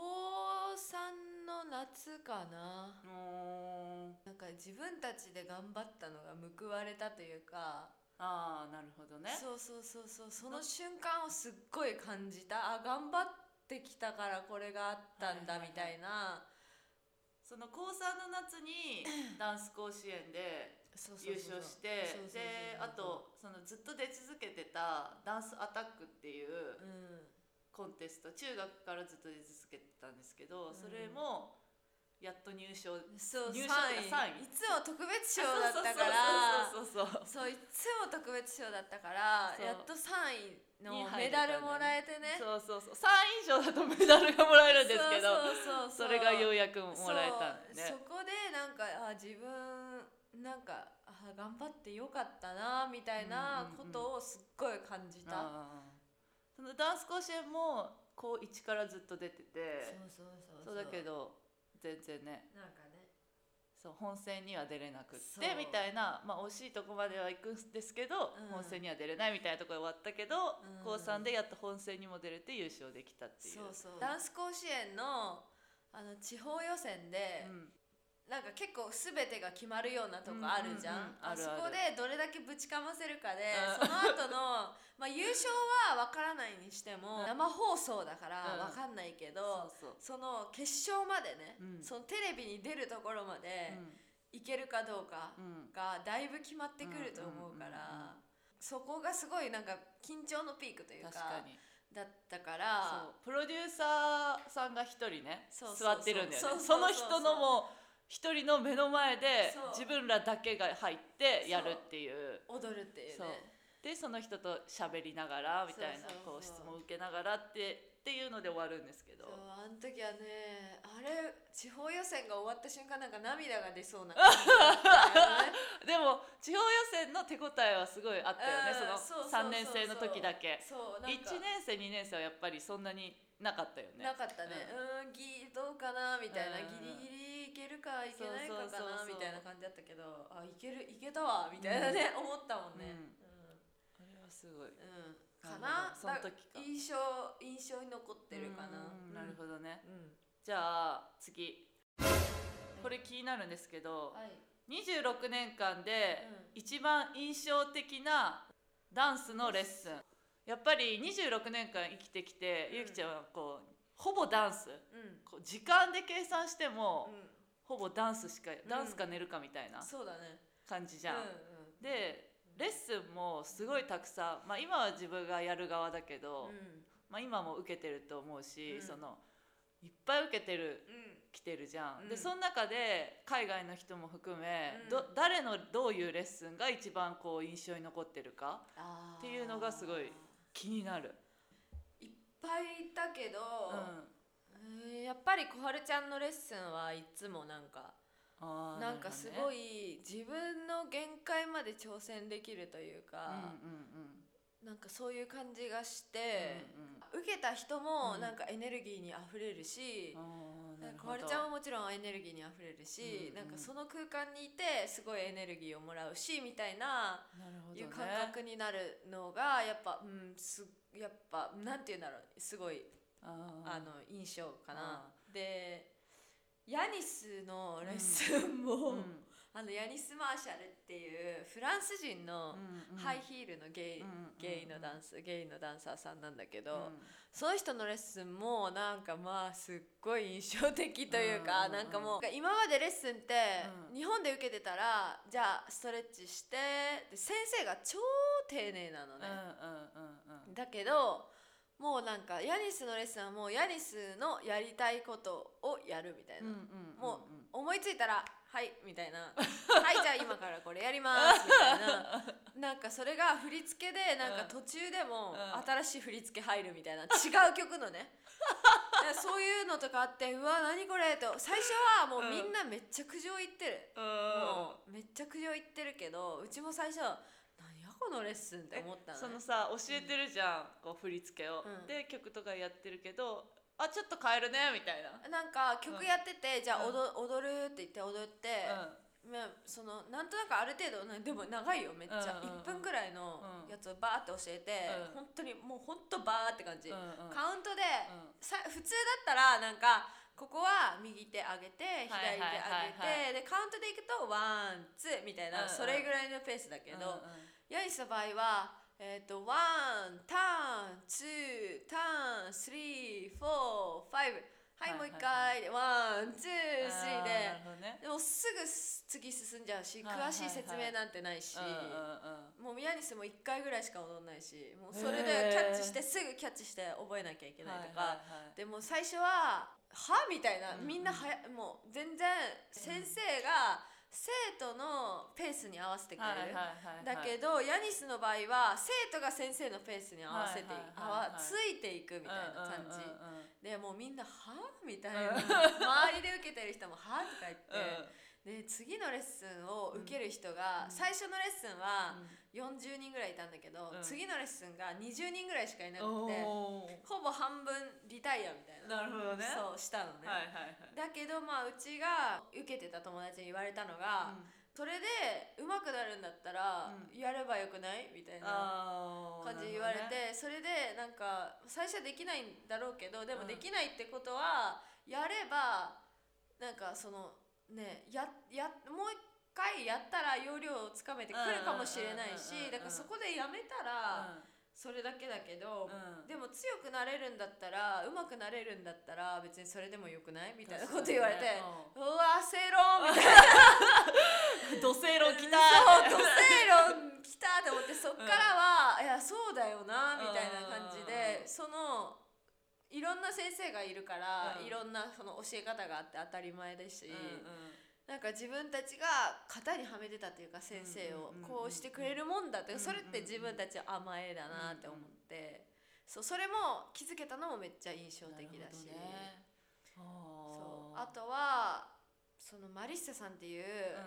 [SPEAKER 1] 3の夏かな
[SPEAKER 2] うん。おー
[SPEAKER 1] なんか自分たちで頑張ったのが報われたというか
[SPEAKER 2] ああなるほどね。
[SPEAKER 1] そうそうそうそうその瞬間をすっごい感じたあ頑張ってきたからこれがあったん
[SPEAKER 2] は
[SPEAKER 1] だ
[SPEAKER 2] いはいはい
[SPEAKER 1] みたいな、
[SPEAKER 2] その高3の夏にダンス甲子園で
[SPEAKER 1] そうそう
[SPEAKER 2] 優
[SPEAKER 1] そう
[SPEAKER 2] 勝して
[SPEAKER 1] そうそ
[SPEAKER 2] であとそ
[SPEAKER 1] うそうそう
[SPEAKER 2] のずっと出続けてたダンスアタックっていう
[SPEAKER 1] うん
[SPEAKER 2] コンテスト中学からずっと出続けてたんですけ
[SPEAKER 1] う
[SPEAKER 2] ど
[SPEAKER 1] ん
[SPEAKER 2] それもやっと入賞
[SPEAKER 1] そう
[SPEAKER 2] 入賞
[SPEAKER 1] 3位
[SPEAKER 2] 三位
[SPEAKER 1] いつも特別賞だったから
[SPEAKER 2] そうそうそうそうそう
[SPEAKER 1] そういつも特別賞だったから
[SPEAKER 2] そう
[SPEAKER 1] やっと3位
[SPEAKER 2] に
[SPEAKER 1] の
[SPEAKER 2] 入
[SPEAKER 1] メ
[SPEAKER 2] れたんだよね
[SPEAKER 1] ダルもらえてね
[SPEAKER 2] そうそうそう3位以上だとメダルがもらえるんですけど
[SPEAKER 1] そう
[SPEAKER 2] そ
[SPEAKER 1] そう
[SPEAKER 2] うれがよう
[SPEAKER 1] う
[SPEAKER 2] やくもらえたんでね
[SPEAKER 1] そうそこでなんかあ自分なんかあ頑張ってよかったなみたいなことをすっごい感じた、
[SPEAKER 2] あーそのダンス甲子園も高1からずっと出てて
[SPEAKER 1] そうそう
[SPEAKER 2] そうだけど全然ね
[SPEAKER 1] なんかね
[SPEAKER 2] そう本戦には出れなくっ
[SPEAKER 1] そう
[SPEAKER 2] てみたいな、まあ、惜しいとこまでは行くんですけど、
[SPEAKER 1] うん
[SPEAKER 2] 本戦には出れないみたいなところ終わったけど、
[SPEAKER 1] うん
[SPEAKER 2] 高3でやっと本戦にも出れて優勝できたっていう。
[SPEAKER 1] そうそうダンス甲子園のあの地方予選
[SPEAKER 2] う
[SPEAKER 1] で、
[SPEAKER 2] ん
[SPEAKER 1] なんか結構全てが決まるようなとこあるじゃん,、
[SPEAKER 2] うんうんうんある
[SPEAKER 1] そこでどれだけぶちかませるかで、
[SPEAKER 2] うん
[SPEAKER 1] その後の まあ優勝は分からないにしても、
[SPEAKER 2] うん
[SPEAKER 1] 生放送だか
[SPEAKER 2] うん
[SPEAKER 1] ら分かんないけ
[SPEAKER 2] そ
[SPEAKER 1] ど、
[SPEAKER 2] うそう
[SPEAKER 1] その決勝までね、
[SPEAKER 2] うん
[SPEAKER 1] そのテレビに出るところまでいけるかどうか
[SPEAKER 2] うんうん
[SPEAKER 1] がだいぶ決まってくると思う
[SPEAKER 2] うんうんう
[SPEAKER 1] か
[SPEAKER 2] ん
[SPEAKER 1] ら、そこがすごいなんか緊張のピークというか
[SPEAKER 2] 確かに
[SPEAKER 1] だったか
[SPEAKER 2] そ
[SPEAKER 1] ら
[SPEAKER 2] うプロデューサーさんが一人ね
[SPEAKER 1] そうそうそう
[SPEAKER 2] 座ってるんだよね
[SPEAKER 1] そう
[SPEAKER 2] そ
[SPEAKER 1] そうそう
[SPEAKER 2] の人のも一人の目の前で
[SPEAKER 1] そう
[SPEAKER 2] 自分らだけが入ってやるっていう
[SPEAKER 1] 踊るっていうね
[SPEAKER 2] そうでその人と喋りながらみたいな
[SPEAKER 1] そうそうそう
[SPEAKER 2] こう質問受けながらってっていうので終わるんですけど
[SPEAKER 1] そうあの時はねあれ地方予選が終わった瞬間なんか涙が出そうな
[SPEAKER 2] でも地方予選の手応えはすごいあったよね
[SPEAKER 1] うん
[SPEAKER 2] その
[SPEAKER 1] そうそうそう
[SPEAKER 2] 3
[SPEAKER 1] そう
[SPEAKER 2] 年生の時だけ
[SPEAKER 1] そうなん
[SPEAKER 2] 1
[SPEAKER 1] か
[SPEAKER 2] 年生2年生はやっぱりそんなになかったよね
[SPEAKER 1] なかったねうんぎどうかなみたいな
[SPEAKER 2] うん
[SPEAKER 1] ギリギリいけるかいけないか
[SPEAKER 2] そうそう
[SPEAKER 1] かな
[SPEAKER 2] そうそう
[SPEAKER 1] みたいな感じだったけどあいけるいけたわみたいなね思ったもんね
[SPEAKER 2] うんこれはすごい
[SPEAKER 1] うんうんかな
[SPEAKER 2] その時か
[SPEAKER 1] だ印象印象に残ってるかな
[SPEAKER 2] うんなるほどね
[SPEAKER 1] どうん
[SPEAKER 2] じゃあ次これ気になるんですけど
[SPEAKER 1] はい
[SPEAKER 2] 26年間で一番印象的なダンスのレッスンやっぱり26年間生きてきて
[SPEAKER 1] うん
[SPEAKER 2] ゆきちゃんはこうほぼダンス
[SPEAKER 1] うん
[SPEAKER 2] こう時間で計算しても
[SPEAKER 1] う
[SPEAKER 2] ほぼダンスしか
[SPEAKER 1] ん
[SPEAKER 2] ダンスか寝るかみたいなん
[SPEAKER 1] そうだね
[SPEAKER 2] 感じじゃん
[SPEAKER 1] うん。うん
[SPEAKER 2] でレッスンもすごいたくさん、まあ、今は自分がやる側だけど、
[SPEAKER 1] うん
[SPEAKER 2] まあ、今も受けてると思うし、
[SPEAKER 1] うん
[SPEAKER 2] そのいっぱい受けてる
[SPEAKER 1] うん
[SPEAKER 2] 来てるじゃん、
[SPEAKER 1] うん
[SPEAKER 2] でその中で海外の人も含め、
[SPEAKER 1] うん
[SPEAKER 2] ど誰のどういうレッスンが一番こう印象に残ってるか
[SPEAKER 1] あー
[SPEAKER 2] っていうのがすごい気になる、
[SPEAKER 1] いっぱいいたけど
[SPEAKER 2] うん、
[SPEAKER 1] えーやっぱり小春ちゃんのレッスンはいつもなんか
[SPEAKER 2] あー
[SPEAKER 1] なんかすご、い自分の限界まで挑戦できるという
[SPEAKER 2] なるほどね
[SPEAKER 1] か、
[SPEAKER 2] うんうんうん
[SPEAKER 1] なんかそういう感じがして、
[SPEAKER 2] うんうん
[SPEAKER 1] 受けた人も
[SPEAKER 2] うん
[SPEAKER 1] なんかエネルギーにあふれるし、
[SPEAKER 2] あーな
[SPEAKER 1] なん
[SPEAKER 2] る
[SPEAKER 1] か
[SPEAKER 2] ほ
[SPEAKER 1] 小
[SPEAKER 2] ど
[SPEAKER 1] 春ちゃんはもちろんエネルギーにあふれるし、
[SPEAKER 2] うんうん
[SPEAKER 1] なんかその空間にいてすごいエネルギーをもらうしみたいな
[SPEAKER 2] なるほど
[SPEAKER 1] い
[SPEAKER 2] ね
[SPEAKER 1] う感覚になるのがやっぱうんすやっぱなんて言うんだろうすごいあ
[SPEAKER 2] あ
[SPEAKER 1] の印象か
[SPEAKER 2] あ。
[SPEAKER 1] なでヤニスのレッスンも、
[SPEAKER 2] ーうん
[SPEAKER 1] あのヤニス・マーシャルっていうフランス人
[SPEAKER 2] う
[SPEAKER 1] の
[SPEAKER 2] んうん
[SPEAKER 1] ハイヒールの
[SPEAKER 2] う
[SPEAKER 1] ゲイ,、
[SPEAKER 2] んうんうん
[SPEAKER 1] ゲイのダンスゲイのダンサーさんなんだけ
[SPEAKER 2] う
[SPEAKER 1] ど、
[SPEAKER 2] ん
[SPEAKER 1] その人のレッスンもなんかまあすっごい印象的とい
[SPEAKER 2] うん
[SPEAKER 1] う
[SPEAKER 2] うん
[SPEAKER 1] か、
[SPEAKER 2] うん
[SPEAKER 1] なんかもう今までレッスンって
[SPEAKER 2] うん
[SPEAKER 1] 日本で受けてたらじゃあストレッチしてで先生が超丁寧なのね。
[SPEAKER 2] うん
[SPEAKER 1] だけどもうなんかヤニスのレッスンはもうヤニスのやりたいことをやるみたいな、
[SPEAKER 2] うんうんうんうんうん
[SPEAKER 1] も思いついたら「はい」みた いな「はいじゃあ今からこれやります」みたいな。 なんかそれが振り付けでなんか
[SPEAKER 2] うん
[SPEAKER 1] 途中でも
[SPEAKER 2] うん
[SPEAKER 1] 新しい振り付け入るみたいな違う曲の ねだからそういうのとかあってうわ何これと最初はもうみんなめっちゃ苦情言ってる、もうめっちゃ苦情言ってるけどうちも最初は何やこのレッスンって思ったの、
[SPEAKER 2] そ
[SPEAKER 1] ね、
[SPEAKER 2] のさ教えてるじゃん、こう振り付けを、
[SPEAKER 1] うん
[SPEAKER 2] で曲とかやってるけどあちょっと変えるねみたいな、
[SPEAKER 1] なんか曲やってて、じゃあ
[SPEAKER 2] うん
[SPEAKER 1] 踊,、踊るって言って踊って、まあそのなんとなくある程度なでも長いよめっちゃ、
[SPEAKER 2] うんうんうん
[SPEAKER 1] 1分ぐらいの
[SPEAKER 2] うん
[SPEAKER 1] やつをバーって教えて、
[SPEAKER 2] うん
[SPEAKER 1] 本当にもう本当バーって感じ、
[SPEAKER 2] うんうん
[SPEAKER 1] カウントで、
[SPEAKER 2] うん
[SPEAKER 1] さ普通だったらなんかここは右手上げて
[SPEAKER 2] はいはいはい
[SPEAKER 1] 左手上げてでカウントでいくとワンツーみたいな、
[SPEAKER 2] うんうん
[SPEAKER 1] それぐらいのペースだけ
[SPEAKER 2] う
[SPEAKER 1] ど、
[SPEAKER 2] んうん
[SPEAKER 1] ヤニスの場合は、えっ、と、ワン、ターン、ツー、ターン、スリー、フォー、ファイブ。は
[SPEAKER 2] は
[SPEAKER 1] い、
[SPEAKER 2] いは
[SPEAKER 1] もう一回で、ワン、ツー、スリー
[SPEAKER 2] あなる
[SPEAKER 1] で。
[SPEAKER 2] ほどね
[SPEAKER 1] でもすぐ次進んじゃうし、
[SPEAKER 2] はいはいはい
[SPEAKER 1] 詳しい説明なんてないし。
[SPEAKER 2] うんうんうん
[SPEAKER 1] もうヤニスも1回ぐらいしか踊んないしもうそれ
[SPEAKER 2] へー
[SPEAKER 1] でキャッチしてすぐキャッチして覚えなきゃいけないとか、
[SPEAKER 2] はいはいはい
[SPEAKER 1] でも最初は「は?」みたいな
[SPEAKER 2] うんうん
[SPEAKER 1] みんなはや、もう全然先生が生徒のペースに合わせてくれる、
[SPEAKER 2] はいはいはいはい
[SPEAKER 1] だけど、ヤニスの場合は生徒が先生のペースに合わせ
[SPEAKER 2] は
[SPEAKER 1] て、
[SPEAKER 2] いはいはいはい
[SPEAKER 1] 合わついていくみたいな感じ、
[SPEAKER 2] うんうんうんうん
[SPEAKER 1] でもうみんな「はあ?」みたい
[SPEAKER 2] うん
[SPEAKER 1] な周りで受けてる人も「はあ?」とか言って、
[SPEAKER 2] う
[SPEAKER 1] で次のレッスンを受ける人
[SPEAKER 2] う
[SPEAKER 1] が、
[SPEAKER 2] ん
[SPEAKER 1] 最初のレッスン
[SPEAKER 2] ん
[SPEAKER 1] は40人ぐらいいたんだけど、
[SPEAKER 2] うん
[SPEAKER 1] 次のレッスンが20人ぐらいしかいなくて
[SPEAKER 2] お
[SPEAKER 1] ほぼ半分リタイアみたい
[SPEAKER 2] ー
[SPEAKER 1] な
[SPEAKER 2] なるほどね
[SPEAKER 1] そうしたのね。
[SPEAKER 2] はいはいはい
[SPEAKER 1] だけどまあうちが受けてた友達に言われたのが、
[SPEAKER 2] うん
[SPEAKER 1] それで上手くなるんだったら
[SPEAKER 2] うん
[SPEAKER 1] やればよくないみたいな
[SPEAKER 2] あー
[SPEAKER 1] 感じで言われ
[SPEAKER 2] なるほどね
[SPEAKER 1] て、それでなんか最初はできないんだろうけどで
[SPEAKER 2] う
[SPEAKER 1] も
[SPEAKER 2] ん
[SPEAKER 1] できないってことはやればなんかそのねややもう一回やったら要領をつかめてくるかもしれないし
[SPEAKER 2] うんうんうんうんうん
[SPEAKER 1] だからそこでやめたらそれだけだけど、
[SPEAKER 2] うんうん
[SPEAKER 1] でも強くなれるんだったら上手くなれるんだったら別にそれでもよくないみたいなこと言われて、うわ正論みたいな
[SPEAKER 2] うん土星論きた
[SPEAKER 1] そう土星論きたと思ってそっからは、いやそうだよなみたいな感じで
[SPEAKER 2] うん
[SPEAKER 1] そのいろんな先生がいるから、
[SPEAKER 2] うん
[SPEAKER 1] いろんなその教え方があって当たり前だし、
[SPEAKER 2] うんうん
[SPEAKER 1] なんか自分たちが型にはめてたというか先生を
[SPEAKER 2] うんうんうんうん
[SPEAKER 1] こうしてくれるもんだっ
[SPEAKER 2] うんう
[SPEAKER 1] て
[SPEAKER 2] んうん
[SPEAKER 1] それって自分たちは甘えだなって思ってそうそれも気づけたのもめっちゃ印象的だし、そう
[SPEAKER 2] あ
[SPEAKER 1] あとはそのマリッサさんっていう、
[SPEAKER 2] ー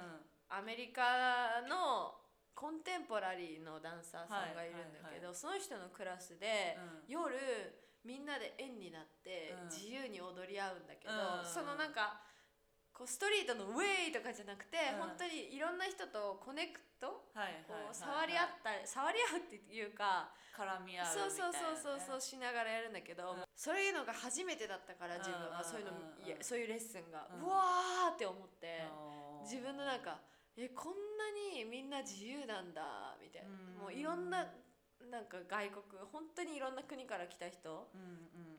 [SPEAKER 1] アメリカのコンテンポラリーのダンサーさんがいるん
[SPEAKER 2] は
[SPEAKER 1] だ
[SPEAKER 2] いはい
[SPEAKER 1] け
[SPEAKER 2] は
[SPEAKER 1] ど、その人のクラスで、夜みんなで円になって
[SPEAKER 2] うん
[SPEAKER 1] 自由に踊り合うんだけ
[SPEAKER 2] う
[SPEAKER 1] ど、
[SPEAKER 2] ん
[SPEAKER 1] そのなんかこうストリートのウェイとかじゃなくて、
[SPEAKER 2] うん
[SPEAKER 1] 本当にいろんな人とコネクト
[SPEAKER 2] うんはい
[SPEAKER 1] こ
[SPEAKER 2] はいはいはい
[SPEAKER 1] う触り合ったり、触り合うっていうか
[SPEAKER 2] 絡み合うみたいな
[SPEAKER 1] そう
[SPEAKER 2] ね
[SPEAKER 1] そうそうそうそうしながらやるんだけど、そういうのが初めてだったから自分
[SPEAKER 2] うん
[SPEAKER 1] は、そういうの
[SPEAKER 2] うん
[SPEAKER 1] いやそういうレッスンが、
[SPEAKER 2] う
[SPEAKER 1] うんわーって思って。
[SPEAKER 2] あー
[SPEAKER 1] 自分のなんかえこんなにみんな自由なんだみたい
[SPEAKER 2] うん
[SPEAKER 1] なもういろんななんか外国本当にいろんな国から来た人
[SPEAKER 2] うんうん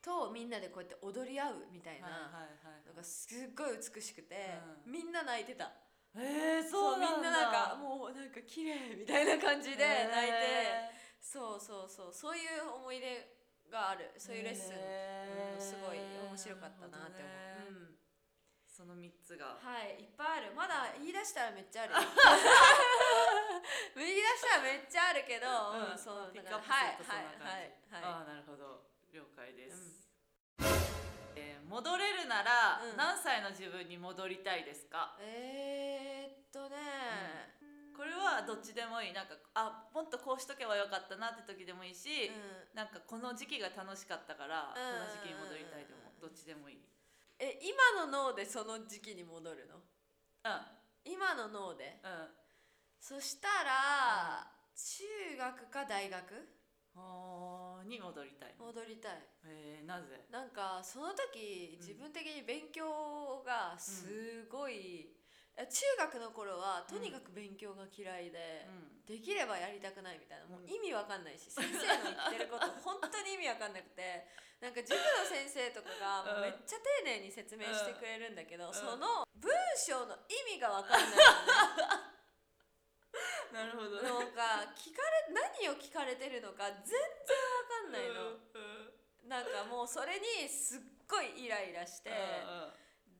[SPEAKER 1] とみんなでこうやって踊り合うみた
[SPEAKER 2] う
[SPEAKER 1] い
[SPEAKER 2] んはいは
[SPEAKER 1] な
[SPEAKER 2] いはい
[SPEAKER 1] のがすっごい美しくて、
[SPEAKER 2] うん
[SPEAKER 1] みんな泣いてた
[SPEAKER 2] えー、そうなんだ
[SPEAKER 1] みんななんかもうなんか綺麗みたいな感じで泣い
[SPEAKER 2] え
[SPEAKER 1] て、そうそうそうそういう思い出がある
[SPEAKER 2] ー
[SPEAKER 1] そういうレッスン、
[SPEAKER 2] え
[SPEAKER 1] うん
[SPEAKER 2] ー
[SPEAKER 1] すごい面白かったなって思
[SPEAKER 2] なるほど
[SPEAKER 1] う、
[SPEAKER 2] ね
[SPEAKER 1] うん
[SPEAKER 2] その三つが
[SPEAKER 1] はい、いっぱいある。まだ言い出したらめっちゃあるよ。 言い出したらめっちゃあるけど、
[SPEAKER 2] うん
[SPEAKER 1] うんそう
[SPEAKER 2] ピッ
[SPEAKER 1] だ
[SPEAKER 2] ク
[SPEAKER 1] か
[SPEAKER 2] ア
[SPEAKER 1] ら
[SPEAKER 2] ップするとそんな感じ
[SPEAKER 1] はいはいはいは
[SPEAKER 2] ああ
[SPEAKER 1] い。
[SPEAKER 2] なるほど了解です、えー戻れるなら、
[SPEAKER 1] うん
[SPEAKER 2] 何歳の自分に戻りたいですか
[SPEAKER 1] えー、っとね、
[SPEAKER 2] これはどっちでもいいなんかあもっとこうしとけばよかったなって時でもいいし、
[SPEAKER 1] うん
[SPEAKER 2] なんかこの時期が楽しかったから、
[SPEAKER 1] うん
[SPEAKER 2] この時期に戻りたいでもどっちでもいいうん
[SPEAKER 1] え今の脳でその時期に戻るの？
[SPEAKER 2] う
[SPEAKER 1] 今の脳
[SPEAKER 2] ん
[SPEAKER 1] で。そしたら、中学か大学
[SPEAKER 2] あーに戻りたい
[SPEAKER 1] 戻りたい。
[SPEAKER 2] えー、なぜ
[SPEAKER 1] なんかその
[SPEAKER 2] うん
[SPEAKER 1] 時自分的に勉強がすごい、え中学の頃はとにかく勉強が嫌いで、
[SPEAKER 2] う
[SPEAKER 1] できればやりたくないみたいなもう
[SPEAKER 2] うん
[SPEAKER 1] 意味わかんな いし、先生の言ってること本当に意味わかんなくてなんか塾の先生とかが
[SPEAKER 2] うん
[SPEAKER 1] めっちゃ丁寧に説明してくれるんだけど、
[SPEAKER 2] ん
[SPEAKER 1] その文章の意味がわかん ない
[SPEAKER 2] ん、なるほどね
[SPEAKER 1] のが聞かれ何を聞かれてるのか全然わかんないの。なんかもうそれにすっごいイライラして。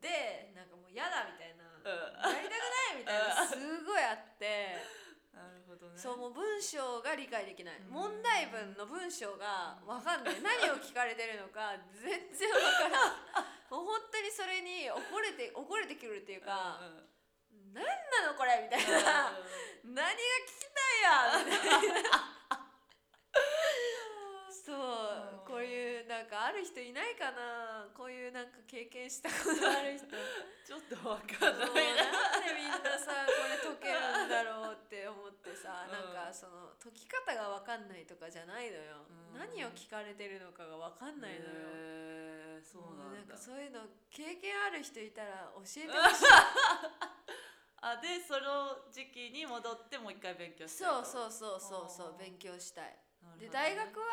[SPEAKER 1] でなんかもう嫌だみたいな、
[SPEAKER 2] うん
[SPEAKER 1] やりたくないみたいなすごいあって、
[SPEAKER 2] なるほどね
[SPEAKER 1] そうもう文章が理解できない、
[SPEAKER 2] うん
[SPEAKER 1] 問題文の文章がわかん ない何を聞かれてるのか全然わからん もう本当にそれに怒れて怒れてくるっていうか
[SPEAKER 2] うん
[SPEAKER 1] 「何なのこれ」みたいな
[SPEAKER 2] うん
[SPEAKER 1] 「何が聞きたいや」みたいな。 そう
[SPEAKER 2] うん
[SPEAKER 1] こういうなんかある人いないかなこういうなんか経験したことある人
[SPEAKER 2] ちょっとわか
[SPEAKER 1] そ
[SPEAKER 2] ん
[SPEAKER 1] うなん
[SPEAKER 2] ないな
[SPEAKER 1] でみんなさこれ解けるんだろうって思ってさ、
[SPEAKER 2] うん
[SPEAKER 1] なんかその解き方が分かんないとかじゃないのよ、
[SPEAKER 2] うん
[SPEAKER 1] 何を聞かれてるのかが分かんないのよ、
[SPEAKER 2] へーそうなんだ
[SPEAKER 1] もうなんかそういうの経験ある人いたら教えてほしい
[SPEAKER 2] あでその時期に戻ってもう一回勉強して
[SPEAKER 1] そ
[SPEAKER 2] う
[SPEAKER 1] うそうそうそうそう
[SPEAKER 2] あー
[SPEAKER 1] 勉強したいで
[SPEAKER 2] な
[SPEAKER 1] 大
[SPEAKER 2] るほ
[SPEAKER 1] 学
[SPEAKER 2] どね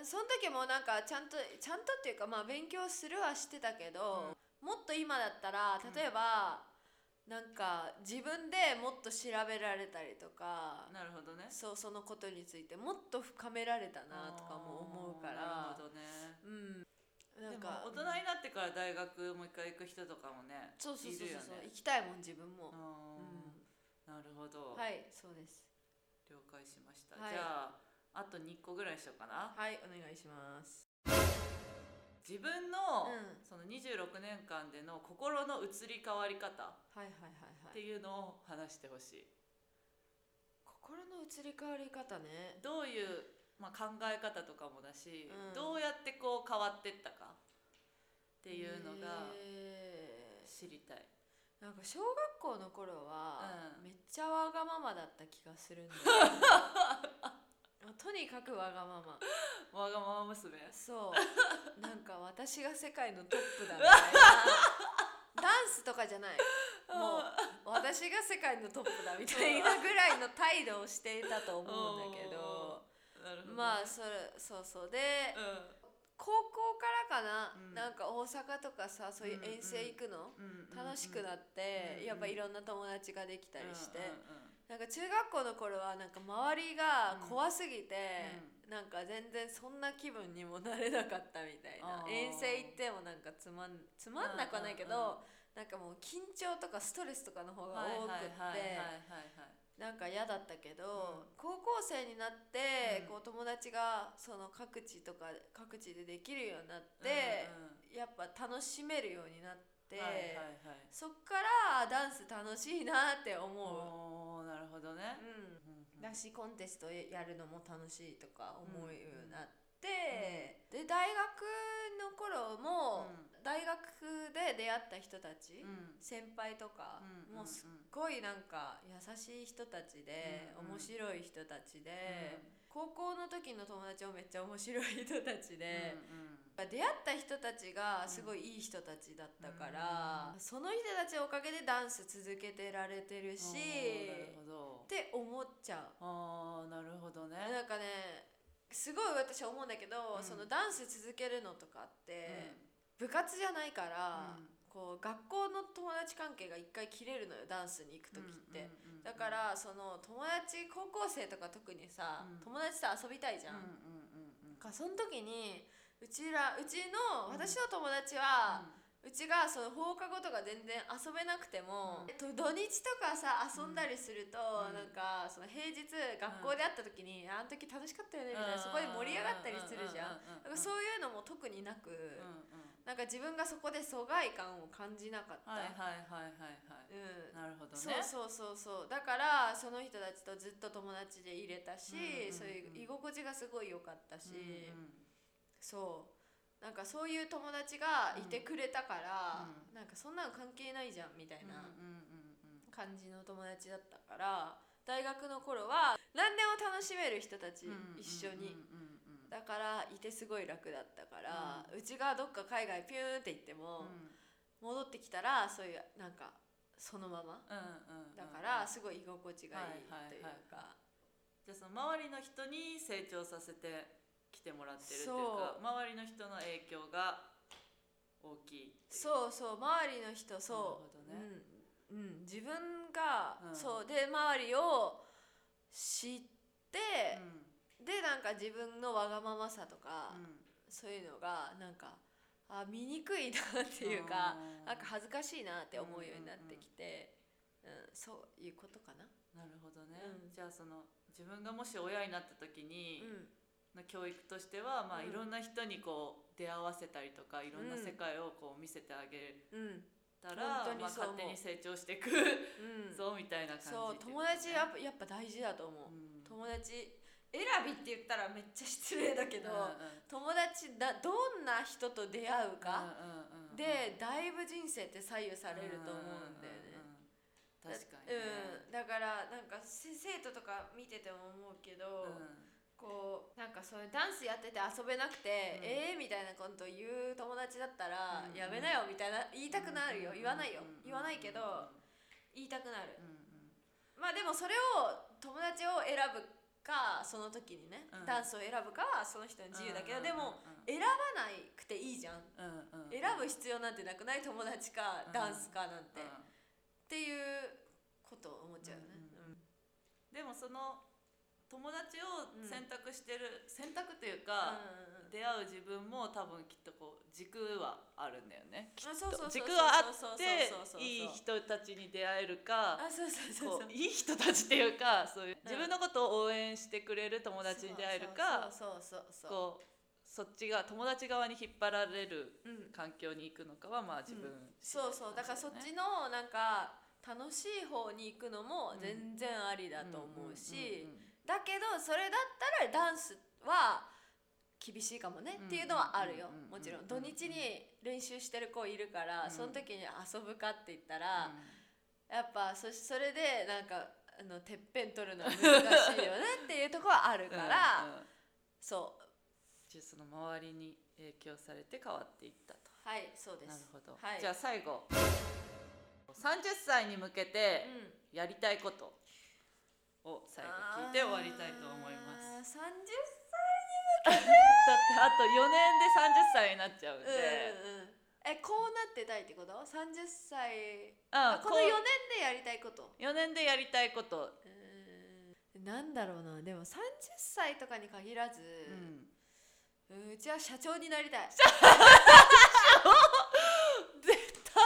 [SPEAKER 1] はその時もなんかちゃんとちゃんとっていうかまあ勉強するはしてたけど、もっと今だったら
[SPEAKER 2] うん
[SPEAKER 1] 例えば、なんか自分でもっと調べられたりとか
[SPEAKER 2] なるほどね
[SPEAKER 1] そうそのことについてもっと深められたなとかも思うか
[SPEAKER 2] あーな
[SPEAKER 1] ら
[SPEAKER 2] るほどね
[SPEAKER 1] うんなん
[SPEAKER 2] でも
[SPEAKER 1] か
[SPEAKER 2] 大人になってから大学もう一回行く人とかもね
[SPEAKER 1] そうそうそうそう
[SPEAKER 2] いるよね
[SPEAKER 1] 行きたいもん自分も
[SPEAKER 2] う、
[SPEAKER 1] うん
[SPEAKER 2] なるほど、
[SPEAKER 1] ん、はいそうです
[SPEAKER 2] 了解しました、
[SPEAKER 1] はい
[SPEAKER 2] じゃああと2個ぐらいにしようかな
[SPEAKER 1] はいお願いします
[SPEAKER 2] 自分
[SPEAKER 1] うん
[SPEAKER 2] の、
[SPEAKER 1] はい
[SPEAKER 2] その26年間での心の移り変わり方っ
[SPEAKER 1] はいはいは
[SPEAKER 2] て
[SPEAKER 1] い
[SPEAKER 2] いうのを話してほしい
[SPEAKER 1] 心の移り変わり方ね
[SPEAKER 2] どういう、まあ、考え方とかもだし、
[SPEAKER 1] うん
[SPEAKER 2] どうやってこう変わってったかっていうのが
[SPEAKER 1] へ
[SPEAKER 2] 知りたい、
[SPEAKER 1] ーなんか小学校の頃は、
[SPEAKER 2] うん
[SPEAKER 1] めっちゃわがままだった気がするんだよ ねあとにかくわがまま
[SPEAKER 2] わがまま娘
[SPEAKER 1] そうなんか私が世界のトップだみたい なダンスとかじゃないもう私が世界のトップだみたいなぐらいの態度をしていたと思うんだけど
[SPEAKER 2] なるほどね
[SPEAKER 1] まあそれそうそうで
[SPEAKER 2] う
[SPEAKER 1] 高校からかな、
[SPEAKER 2] うん
[SPEAKER 1] なんか大阪とかさそういう遠征行くの、
[SPEAKER 2] んうんうん
[SPEAKER 1] 楽しくなっ
[SPEAKER 2] うん
[SPEAKER 1] て、
[SPEAKER 2] うん
[SPEAKER 1] やっぱいろんな友達ができたりして、
[SPEAKER 2] うんうんうん
[SPEAKER 1] なんか中学校の頃はなんか周りが怖すぎて、なんか全然そんな気分にもなれなかったみたいな
[SPEAKER 2] あー
[SPEAKER 1] 遠征行ってもなんかつまんつまんなくはないけど、
[SPEAKER 2] うんうんうん
[SPEAKER 1] なんかもう緊張とかストレスとかの方が多くって、
[SPEAKER 2] はいはいはいはいはいはい
[SPEAKER 1] なんか嫌だったけど、
[SPEAKER 2] う
[SPEAKER 1] 高校生になって、
[SPEAKER 2] うん
[SPEAKER 1] こう友達がその各地とか各地でできるようになって、
[SPEAKER 2] うんうん
[SPEAKER 1] やっぱ楽しめるようになって、
[SPEAKER 2] はいはいはい
[SPEAKER 1] そっからダンス楽しいなって思う、
[SPEAKER 2] おーなるほどね
[SPEAKER 1] う、ん
[SPEAKER 2] うんうん
[SPEAKER 1] だしコンテストやるのも楽しいとか思うようになって、で大学の頃も、
[SPEAKER 2] う
[SPEAKER 1] 大学で出会った人たち、
[SPEAKER 2] うん
[SPEAKER 1] 先輩とか、
[SPEAKER 2] うん
[SPEAKER 1] もうすっごいなんか優しい人たちで、
[SPEAKER 2] うんうん
[SPEAKER 1] 面白い人たちで、
[SPEAKER 2] うん
[SPEAKER 1] 高校の時の友達もめっちゃ面白い人たちで。
[SPEAKER 2] うんうん
[SPEAKER 1] 出会った人たちがすごいいい人たちだったから、その人たちのおかげでダンス続けてられてる
[SPEAKER 2] お
[SPEAKER 1] し、
[SPEAKER 2] ーなる
[SPEAKER 1] っ
[SPEAKER 2] ほど
[SPEAKER 1] て思っちゃう。
[SPEAKER 2] あーなるほどね
[SPEAKER 1] なんかねすごい私は思うんだけど、
[SPEAKER 2] うん
[SPEAKER 1] そのダンス続けるのとかって、部活じゃないから、
[SPEAKER 2] うん
[SPEAKER 1] こう学校の友達関係が一回切れるのよダンスに行く
[SPEAKER 2] う
[SPEAKER 1] 時
[SPEAKER 2] ん
[SPEAKER 1] って。
[SPEAKER 2] うんうんうん
[SPEAKER 1] だからその友達高校生とか特にさ、
[SPEAKER 2] うん
[SPEAKER 1] 友達と遊びたいじゃ
[SPEAKER 2] うんうんうんうん
[SPEAKER 1] ん、かその時にうちらうちの
[SPEAKER 2] うん
[SPEAKER 1] 私の友達は、うちがその放課後とか全然遊べなくても、
[SPEAKER 2] うん
[SPEAKER 1] えっと土日とかさ遊んだりすると、
[SPEAKER 2] うん
[SPEAKER 1] なんかその平日学校で会った時に、あの時楽しかったよねみたいな、そこで盛り上がったりするじゃん。だからそうういうのも特になく、
[SPEAKER 2] いうんうん
[SPEAKER 1] なんか自分がそこで疎外感を感じなかった、
[SPEAKER 2] はいはいはいはいはい
[SPEAKER 1] うん、
[SPEAKER 2] なるほどね
[SPEAKER 1] そうそうそうそうだからその人たちとずっと友達でいれた
[SPEAKER 2] う
[SPEAKER 1] し、
[SPEAKER 2] んうんうん
[SPEAKER 1] そういう居心地がすごい良かったし、
[SPEAKER 2] う
[SPEAKER 1] そうなんかそういう友達がいてくれたから、
[SPEAKER 2] う
[SPEAKER 1] なんかそんなの関係ないじゃんみたい
[SPEAKER 2] んうんうん
[SPEAKER 1] な
[SPEAKER 2] うんうん
[SPEAKER 1] 感じの友達だったから大学の頃は何でも楽しめる人たち
[SPEAKER 2] うん
[SPEAKER 1] 一緒に、
[SPEAKER 2] うんうんうんうん
[SPEAKER 1] だからいてすごい楽だったから、うちがどっか海外ピューンって行っても、戻ってきたらそういうなんかそのまま
[SPEAKER 2] うんうんうん
[SPEAKER 1] だからすごい居心地がいいというか。
[SPEAKER 2] じゃあその周りの人に成長させてきてもらってるっていう
[SPEAKER 1] そ
[SPEAKER 2] か
[SPEAKER 1] う
[SPEAKER 2] 周りの人の影響が大きいっていう
[SPEAKER 1] そうそう周りの人そう、
[SPEAKER 2] なるほど
[SPEAKER 1] うん、うん、自分が、
[SPEAKER 2] うん
[SPEAKER 1] そうで周りを知って、
[SPEAKER 2] うん
[SPEAKER 1] でなんか自分のわがままさとか、
[SPEAKER 2] うん
[SPEAKER 1] そういうのがなんかあ見にくいなっていうか、
[SPEAKER 2] あー
[SPEAKER 1] なんか恥ずかしいなって思うようになってきて、うんそういうことかな。
[SPEAKER 2] なるほどね、
[SPEAKER 1] うん
[SPEAKER 2] じゃあその自分がもし親になった時
[SPEAKER 1] う
[SPEAKER 2] に、
[SPEAKER 1] ん
[SPEAKER 2] の教育としては、まあい
[SPEAKER 1] うん
[SPEAKER 2] ろんな人にこう出会わせたりとかいろんな
[SPEAKER 1] うん
[SPEAKER 2] 世界をこう見せてあげ
[SPEAKER 1] うん
[SPEAKER 2] たら、
[SPEAKER 1] 本当
[SPEAKER 2] まあ、
[SPEAKER 1] にそ
[SPEAKER 2] 勝手に成
[SPEAKER 1] う思う
[SPEAKER 2] 長していく、
[SPEAKER 1] うん、
[SPEAKER 2] ぞみたいな感じ
[SPEAKER 1] そ
[SPEAKER 2] っ
[SPEAKER 1] う
[SPEAKER 2] てい
[SPEAKER 1] 友
[SPEAKER 2] かね
[SPEAKER 1] 達やっぱやっぱ大事だと思う、
[SPEAKER 2] うん
[SPEAKER 1] 友達選びって言ったらめっちゃ失礼だけど、
[SPEAKER 2] うんうん
[SPEAKER 1] 友達だどんな人と出会うか、
[SPEAKER 2] うんうんうんうん
[SPEAKER 1] でだいぶ人生って左右されると思うん
[SPEAKER 2] うん
[SPEAKER 1] だよね。
[SPEAKER 2] うんうんうん確かにね、
[SPEAKER 1] うん、だからなんかせ生徒とか見てても思うけど、こうなんかそういうダンスやってて遊べなく
[SPEAKER 2] うん
[SPEAKER 1] て、ええー、みたいなこと言う友達だったら、
[SPEAKER 2] うん
[SPEAKER 1] やめなよみたいな言いたくなるよ、言わないよ、言わないけど、言いたくなる
[SPEAKER 2] うんうん
[SPEAKER 1] まあでもそれを友達を選ぶかその時にね、
[SPEAKER 2] うん
[SPEAKER 1] ダンスを選ぶかはその人の自由だけど、でも、選ばなくていいじゃん
[SPEAKER 2] うんうんうん
[SPEAKER 1] 選ぶ必要なんてなくない友達か
[SPEAKER 2] うん
[SPEAKER 1] ダンスかなんて、
[SPEAKER 2] う
[SPEAKER 1] っ
[SPEAKER 2] ん
[SPEAKER 1] ていうことを思っちゃうよね、
[SPEAKER 2] でもその友達を選択してる、選択という
[SPEAKER 1] うん
[SPEAKER 2] か、
[SPEAKER 1] うん
[SPEAKER 2] 出会う自分も多分きっとこう軸はあるんだよね。
[SPEAKER 1] あそうそうそう
[SPEAKER 2] 軸はあ
[SPEAKER 1] そう
[SPEAKER 2] で
[SPEAKER 1] そうそうそうそう
[SPEAKER 2] いい人たちに出会えるか
[SPEAKER 1] あそうそう
[SPEAKER 2] こ
[SPEAKER 1] そうそう
[SPEAKER 2] ういい人たちっていうかそういう
[SPEAKER 1] うん
[SPEAKER 2] 自分のことを応援してくれる友達に出会えるか
[SPEAKER 1] そうそうそうそう
[SPEAKER 2] こうそっちが友達側に引っ張られる
[SPEAKER 1] そううん
[SPEAKER 2] 環境に行くのかはまあ自分、
[SPEAKER 1] そうそうだからそっ
[SPEAKER 2] ね
[SPEAKER 1] ちのなんか楽しい方に行くのも
[SPEAKER 2] うん
[SPEAKER 1] 全然ありだと思うし
[SPEAKER 2] んうんうん
[SPEAKER 1] だけどそれだったらダンスは厳しいかもね
[SPEAKER 2] うん
[SPEAKER 1] っていうのはあるよ
[SPEAKER 2] うんうんうん
[SPEAKER 1] もちろ
[SPEAKER 2] うんん
[SPEAKER 1] 土日に練習してる子いるから
[SPEAKER 2] うん
[SPEAKER 1] その時に遊ぶかって言ったら、やっぱそそれでなんかあのてっぺん取るのは難しいよねっていうところはある
[SPEAKER 2] う
[SPEAKER 1] か
[SPEAKER 2] ん
[SPEAKER 1] ら、
[SPEAKER 2] うんうん
[SPEAKER 1] そう
[SPEAKER 2] じゃあその周りに影響されて変わっていったと
[SPEAKER 1] はいそうで
[SPEAKER 2] な
[SPEAKER 1] す
[SPEAKER 2] るほど、
[SPEAKER 1] はい、
[SPEAKER 2] じゃあ最後30歳に向けて
[SPEAKER 1] うん
[SPEAKER 2] やりたいことを最後聞いて終わりたいと思いますだって
[SPEAKER 1] す30
[SPEAKER 2] あと4年で30歳になっちゃうんで、
[SPEAKER 1] 歳うんうんうんえこうなってたいってこと ?30 歳
[SPEAKER 2] あ
[SPEAKER 1] あこの4年でやりたいこと
[SPEAKER 2] 4年でやりたいこと、
[SPEAKER 1] うーんなんだろうなでも30歳とかに限らず、
[SPEAKER 2] うん
[SPEAKER 1] うーんうちは社長になりたい
[SPEAKER 2] 絶対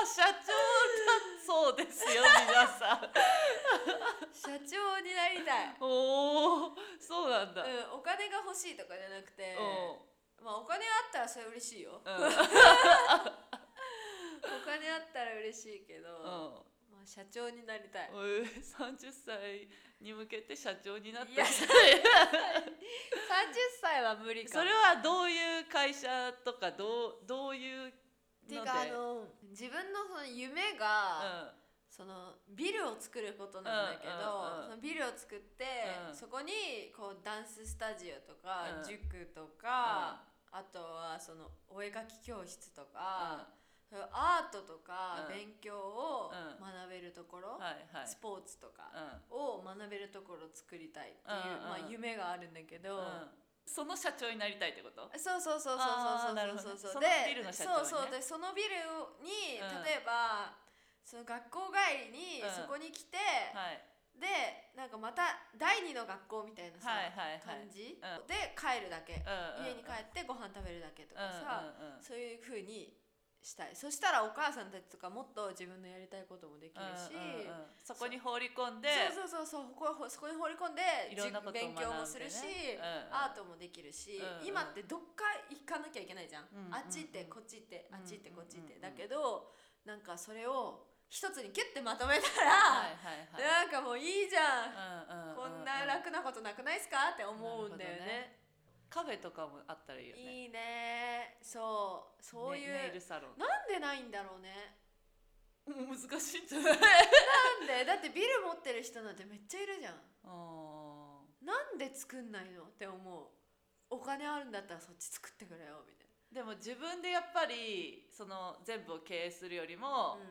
[SPEAKER 2] 社長だそうですよ皆さん
[SPEAKER 1] 社長になりた い、
[SPEAKER 2] おおそうなんだ、
[SPEAKER 1] うん、お金が欲しいとかじゃなくて、まあお金あったらそれ嬉しいよ、
[SPEAKER 2] うんうん
[SPEAKER 1] お金あったら嬉しいけど、まあ社長になりたい
[SPEAKER 2] うん、三十歳に向けて社長になって
[SPEAKER 1] いや30歳 は無理か
[SPEAKER 2] それはどういう会社とかどうどういう
[SPEAKER 1] て
[SPEAKER 2] ので
[SPEAKER 1] かあの自分のその夢が、そのビルを作ることなんだけど、
[SPEAKER 2] うんうんうん
[SPEAKER 1] そのビルを作って、
[SPEAKER 2] うん
[SPEAKER 1] そこにこうダンススタジオとか、
[SPEAKER 2] うん
[SPEAKER 1] 塾とか、あとはそのお絵描き教室とか、そういうアートとか
[SPEAKER 2] うん
[SPEAKER 1] 勉強を
[SPEAKER 2] うん
[SPEAKER 1] 学べるところ、
[SPEAKER 2] うん、はいはい
[SPEAKER 1] スポーツとか。
[SPEAKER 2] うん
[SPEAKER 1] を学べるところを作りたいっていう、
[SPEAKER 2] うん
[SPEAKER 1] ま
[SPEAKER 2] う
[SPEAKER 1] あ、
[SPEAKER 2] ん
[SPEAKER 1] 夢があるんだけど、
[SPEAKER 2] うんその社長になりたいってこと
[SPEAKER 1] そうそうそうそう
[SPEAKER 2] あーなるほ
[SPEAKER 1] そ
[SPEAKER 2] ど
[SPEAKER 1] う
[SPEAKER 2] ね
[SPEAKER 1] そう
[SPEAKER 2] その
[SPEAKER 1] で
[SPEAKER 2] ビルの社
[SPEAKER 1] そう
[SPEAKER 2] 長
[SPEAKER 1] そう
[SPEAKER 2] にね
[SPEAKER 1] でそのビルに
[SPEAKER 2] うん
[SPEAKER 1] 例えば、その学校帰りに
[SPEAKER 2] うん
[SPEAKER 1] そこに来て、
[SPEAKER 2] はい
[SPEAKER 1] でなんかまた第二の学校みたいなさ、
[SPEAKER 2] はいはいはい
[SPEAKER 1] 感
[SPEAKER 2] う
[SPEAKER 1] じ、
[SPEAKER 2] ん
[SPEAKER 1] で帰るだけ、
[SPEAKER 2] うんうん
[SPEAKER 1] 家に帰ってご飯食べるだけとかさ、
[SPEAKER 2] うんうんうん
[SPEAKER 1] そういう風にしたいそしたらお母さんたちとかもっと自分のやりたいこともできる
[SPEAKER 2] う
[SPEAKER 1] し、
[SPEAKER 2] んうんうんそこに放り込んで
[SPEAKER 1] そうそうそうそうここそこに放り込んで
[SPEAKER 2] いろんなことを学んでね
[SPEAKER 1] 勉強もするし、
[SPEAKER 2] うんうん
[SPEAKER 1] アートもできるし、
[SPEAKER 2] うんうん
[SPEAKER 1] 今ってどっか行かなきゃいけないじゃん,、
[SPEAKER 2] うんうんうん
[SPEAKER 1] あっち行ってこっち行ってあっち行って
[SPEAKER 2] うんうん
[SPEAKER 1] こ
[SPEAKER 2] うんうん
[SPEAKER 1] っち行って、だけどなんかそれを一つにキュッてまとめた
[SPEAKER 2] はい
[SPEAKER 1] ら、
[SPEAKER 2] はいはい
[SPEAKER 1] なんかもういいじゃ
[SPEAKER 2] うんう
[SPEAKER 1] ん、
[SPEAKER 2] んうん
[SPEAKER 1] こんな楽なことなくないっすかって思うんだよね
[SPEAKER 2] カフェとかもあったらいいよね
[SPEAKER 1] いいねそうそういう、
[SPEAKER 2] ねネイルサロン
[SPEAKER 1] なんでないんだろうね
[SPEAKER 2] うん難しいんじゃない
[SPEAKER 1] なんでだってビル持ってる人なんてめっちゃいるじゃん
[SPEAKER 2] あー
[SPEAKER 1] なんで作んないのって思うお金あるんだったらそっち作ってくれよみたい
[SPEAKER 2] でも自分でやっぱりその全部を経営するよりも
[SPEAKER 1] な、、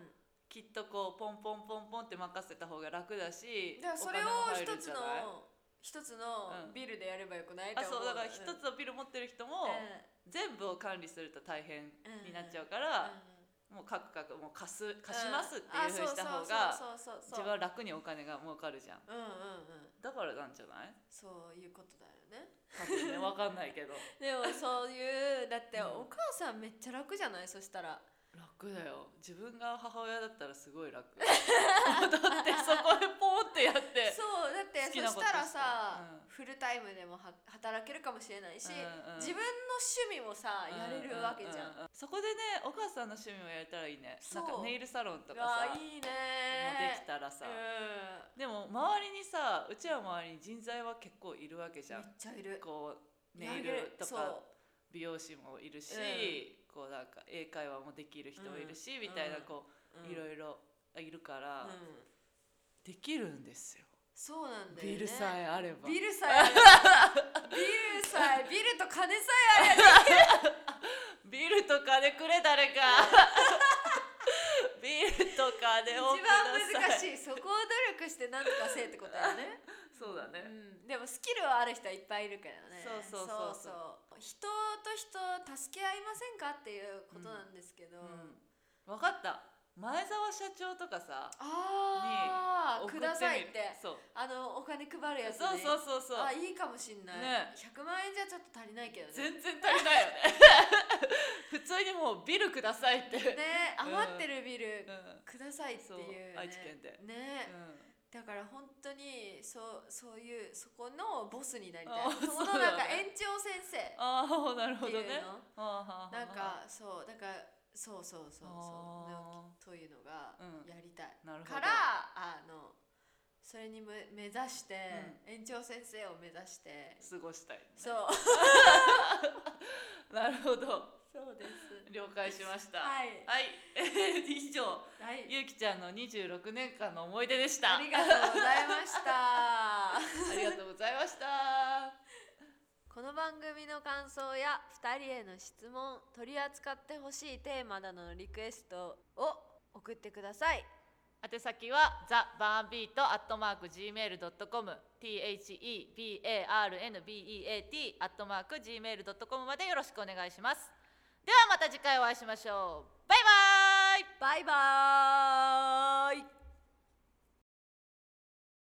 [SPEAKER 2] きっとこうポンポンポンポンって任せた方が楽だし
[SPEAKER 1] だからそれを
[SPEAKER 2] お金も入
[SPEAKER 1] 一
[SPEAKER 2] るん
[SPEAKER 1] つ
[SPEAKER 2] じゃない
[SPEAKER 1] の一つの
[SPEAKER 2] うん
[SPEAKER 1] ビルでやればよくないっ
[SPEAKER 2] あ
[SPEAKER 1] て
[SPEAKER 2] そ
[SPEAKER 1] 思
[SPEAKER 2] ううだから一
[SPEAKER 1] よね
[SPEAKER 2] つのビル持ってる人も全部を管理すると大変になっちゃうか
[SPEAKER 1] うん
[SPEAKER 2] ら、もう各々もう貸す貸しますって
[SPEAKER 1] ん
[SPEAKER 2] いうふうにした方が
[SPEAKER 1] あそうそうそうそ
[SPEAKER 2] 自
[SPEAKER 1] う
[SPEAKER 2] 分は楽にお金が儲かるじゃん
[SPEAKER 1] うんうんうん
[SPEAKER 2] だからなんじゃない
[SPEAKER 1] そういうことだよね
[SPEAKER 2] 多分ねわかんないけど
[SPEAKER 1] でもそういうだって
[SPEAKER 2] うん
[SPEAKER 1] お母さんめっちゃ楽じゃないそしたら
[SPEAKER 2] 楽だよ自分が母親だったらすごい楽だってそこでポンってやって
[SPEAKER 1] そうだっ
[SPEAKER 2] 好
[SPEAKER 1] てそ
[SPEAKER 2] きな
[SPEAKER 1] し
[SPEAKER 2] こと
[SPEAKER 1] たら
[SPEAKER 2] して
[SPEAKER 1] さ、
[SPEAKER 2] うん
[SPEAKER 1] フルタイムでもは働けるかもしれないし、
[SPEAKER 2] うんうん
[SPEAKER 1] 自分の趣味もさやれるわけじゃ
[SPEAKER 2] うううう
[SPEAKER 1] ん
[SPEAKER 2] そこでねお母さんの趣味もやれたらいいねな
[SPEAKER 1] そうん
[SPEAKER 2] かネイルサロンとか
[SPEAKER 1] わ
[SPEAKER 2] さもう
[SPEAKER 1] あいいね
[SPEAKER 2] できたらさ、
[SPEAKER 1] う
[SPEAKER 2] でも周りにさうちは周りに人材は結構いるわけじゃ
[SPEAKER 1] ん
[SPEAKER 2] ん
[SPEAKER 1] めっちゃいる
[SPEAKER 2] こうネイ
[SPEAKER 1] やる
[SPEAKER 2] ルと
[SPEAKER 1] そ
[SPEAKER 2] か
[SPEAKER 1] う
[SPEAKER 2] 美容師もいるし、
[SPEAKER 1] う
[SPEAKER 2] こうなんか英会話もできる人もいるし、
[SPEAKER 1] ん
[SPEAKER 2] みたいな
[SPEAKER 1] うん
[SPEAKER 2] こう、
[SPEAKER 1] うん
[SPEAKER 2] いろいろいるから、
[SPEAKER 1] うん
[SPEAKER 2] できるんですよ
[SPEAKER 1] そうなんだよね
[SPEAKER 2] ビルさえあれば
[SPEAKER 1] ビルさえあればビル さえビルと金さえあれば
[SPEAKER 2] ビルと金くれ誰かビルと金
[SPEAKER 1] 一
[SPEAKER 2] を
[SPEAKER 1] 番
[SPEAKER 2] ください
[SPEAKER 1] 難しいそこを努力してなんとかせえってことだよね、
[SPEAKER 2] そうだね、
[SPEAKER 1] うん、でもスキルはある人はいっぱいいるからね
[SPEAKER 2] そうそうそうそう
[SPEAKER 1] そうそう人と人助け合いませんかっていうことなんですけど、
[SPEAKER 2] うん、分かった前澤社長とかさ
[SPEAKER 1] ああ
[SPEAKER 2] 送
[SPEAKER 1] く
[SPEAKER 2] み
[SPEAKER 1] ださいって
[SPEAKER 2] そう
[SPEAKER 1] あのお金配るやつ、ね、
[SPEAKER 2] そうそうそうそう
[SPEAKER 1] あいいかもしんない、
[SPEAKER 2] ね
[SPEAKER 1] 100万円じゃちょっと足りないけどね
[SPEAKER 2] 全然足りないよね 普通にもうビルくださいって、
[SPEAKER 1] ね
[SPEAKER 2] うん
[SPEAKER 1] 余ってるビル
[SPEAKER 2] うん
[SPEAKER 1] くださいっていう,、ね
[SPEAKER 2] そう愛知県で
[SPEAKER 1] ね、
[SPEAKER 2] う
[SPEAKER 1] だから本当にそうそういうそこのボスになりた
[SPEAKER 2] あ
[SPEAKER 1] いそこの
[SPEAKER 2] そう
[SPEAKER 1] なん
[SPEAKER 2] だ
[SPEAKER 1] か
[SPEAKER 2] ね
[SPEAKER 1] 園長先生
[SPEAKER 2] ん、ああなるほ
[SPEAKER 1] っ
[SPEAKER 2] ど
[SPEAKER 1] て
[SPEAKER 2] ね
[SPEAKER 1] いうの、
[SPEAKER 2] あーはあはあ
[SPEAKER 1] なんかそうだからそうそうそうそう
[SPEAKER 2] あー
[SPEAKER 1] そういうのが
[SPEAKER 2] うん
[SPEAKER 1] やりたい、
[SPEAKER 2] なるほど
[SPEAKER 1] からあのそれにむ目指して、園長先生を目指して
[SPEAKER 2] 過ごしたい
[SPEAKER 1] そう
[SPEAKER 2] なるほど
[SPEAKER 1] そうです
[SPEAKER 2] 了解しました
[SPEAKER 1] はい
[SPEAKER 2] はい、 以上
[SPEAKER 1] はい
[SPEAKER 2] ゆうきちゃんの26年間の思い出でした
[SPEAKER 1] ありがとうございました。
[SPEAKER 2] ありがとうございました
[SPEAKER 1] この番組の感想や2人への質問取り扱ってほしいテーマなどのリクエストを送ってください
[SPEAKER 2] 宛先は thebarnbeat.gmail.com thebarnbeat.gmail.com までよろしくお願いしますではまた次回お会いしましょうバイバイ
[SPEAKER 1] バイバーイ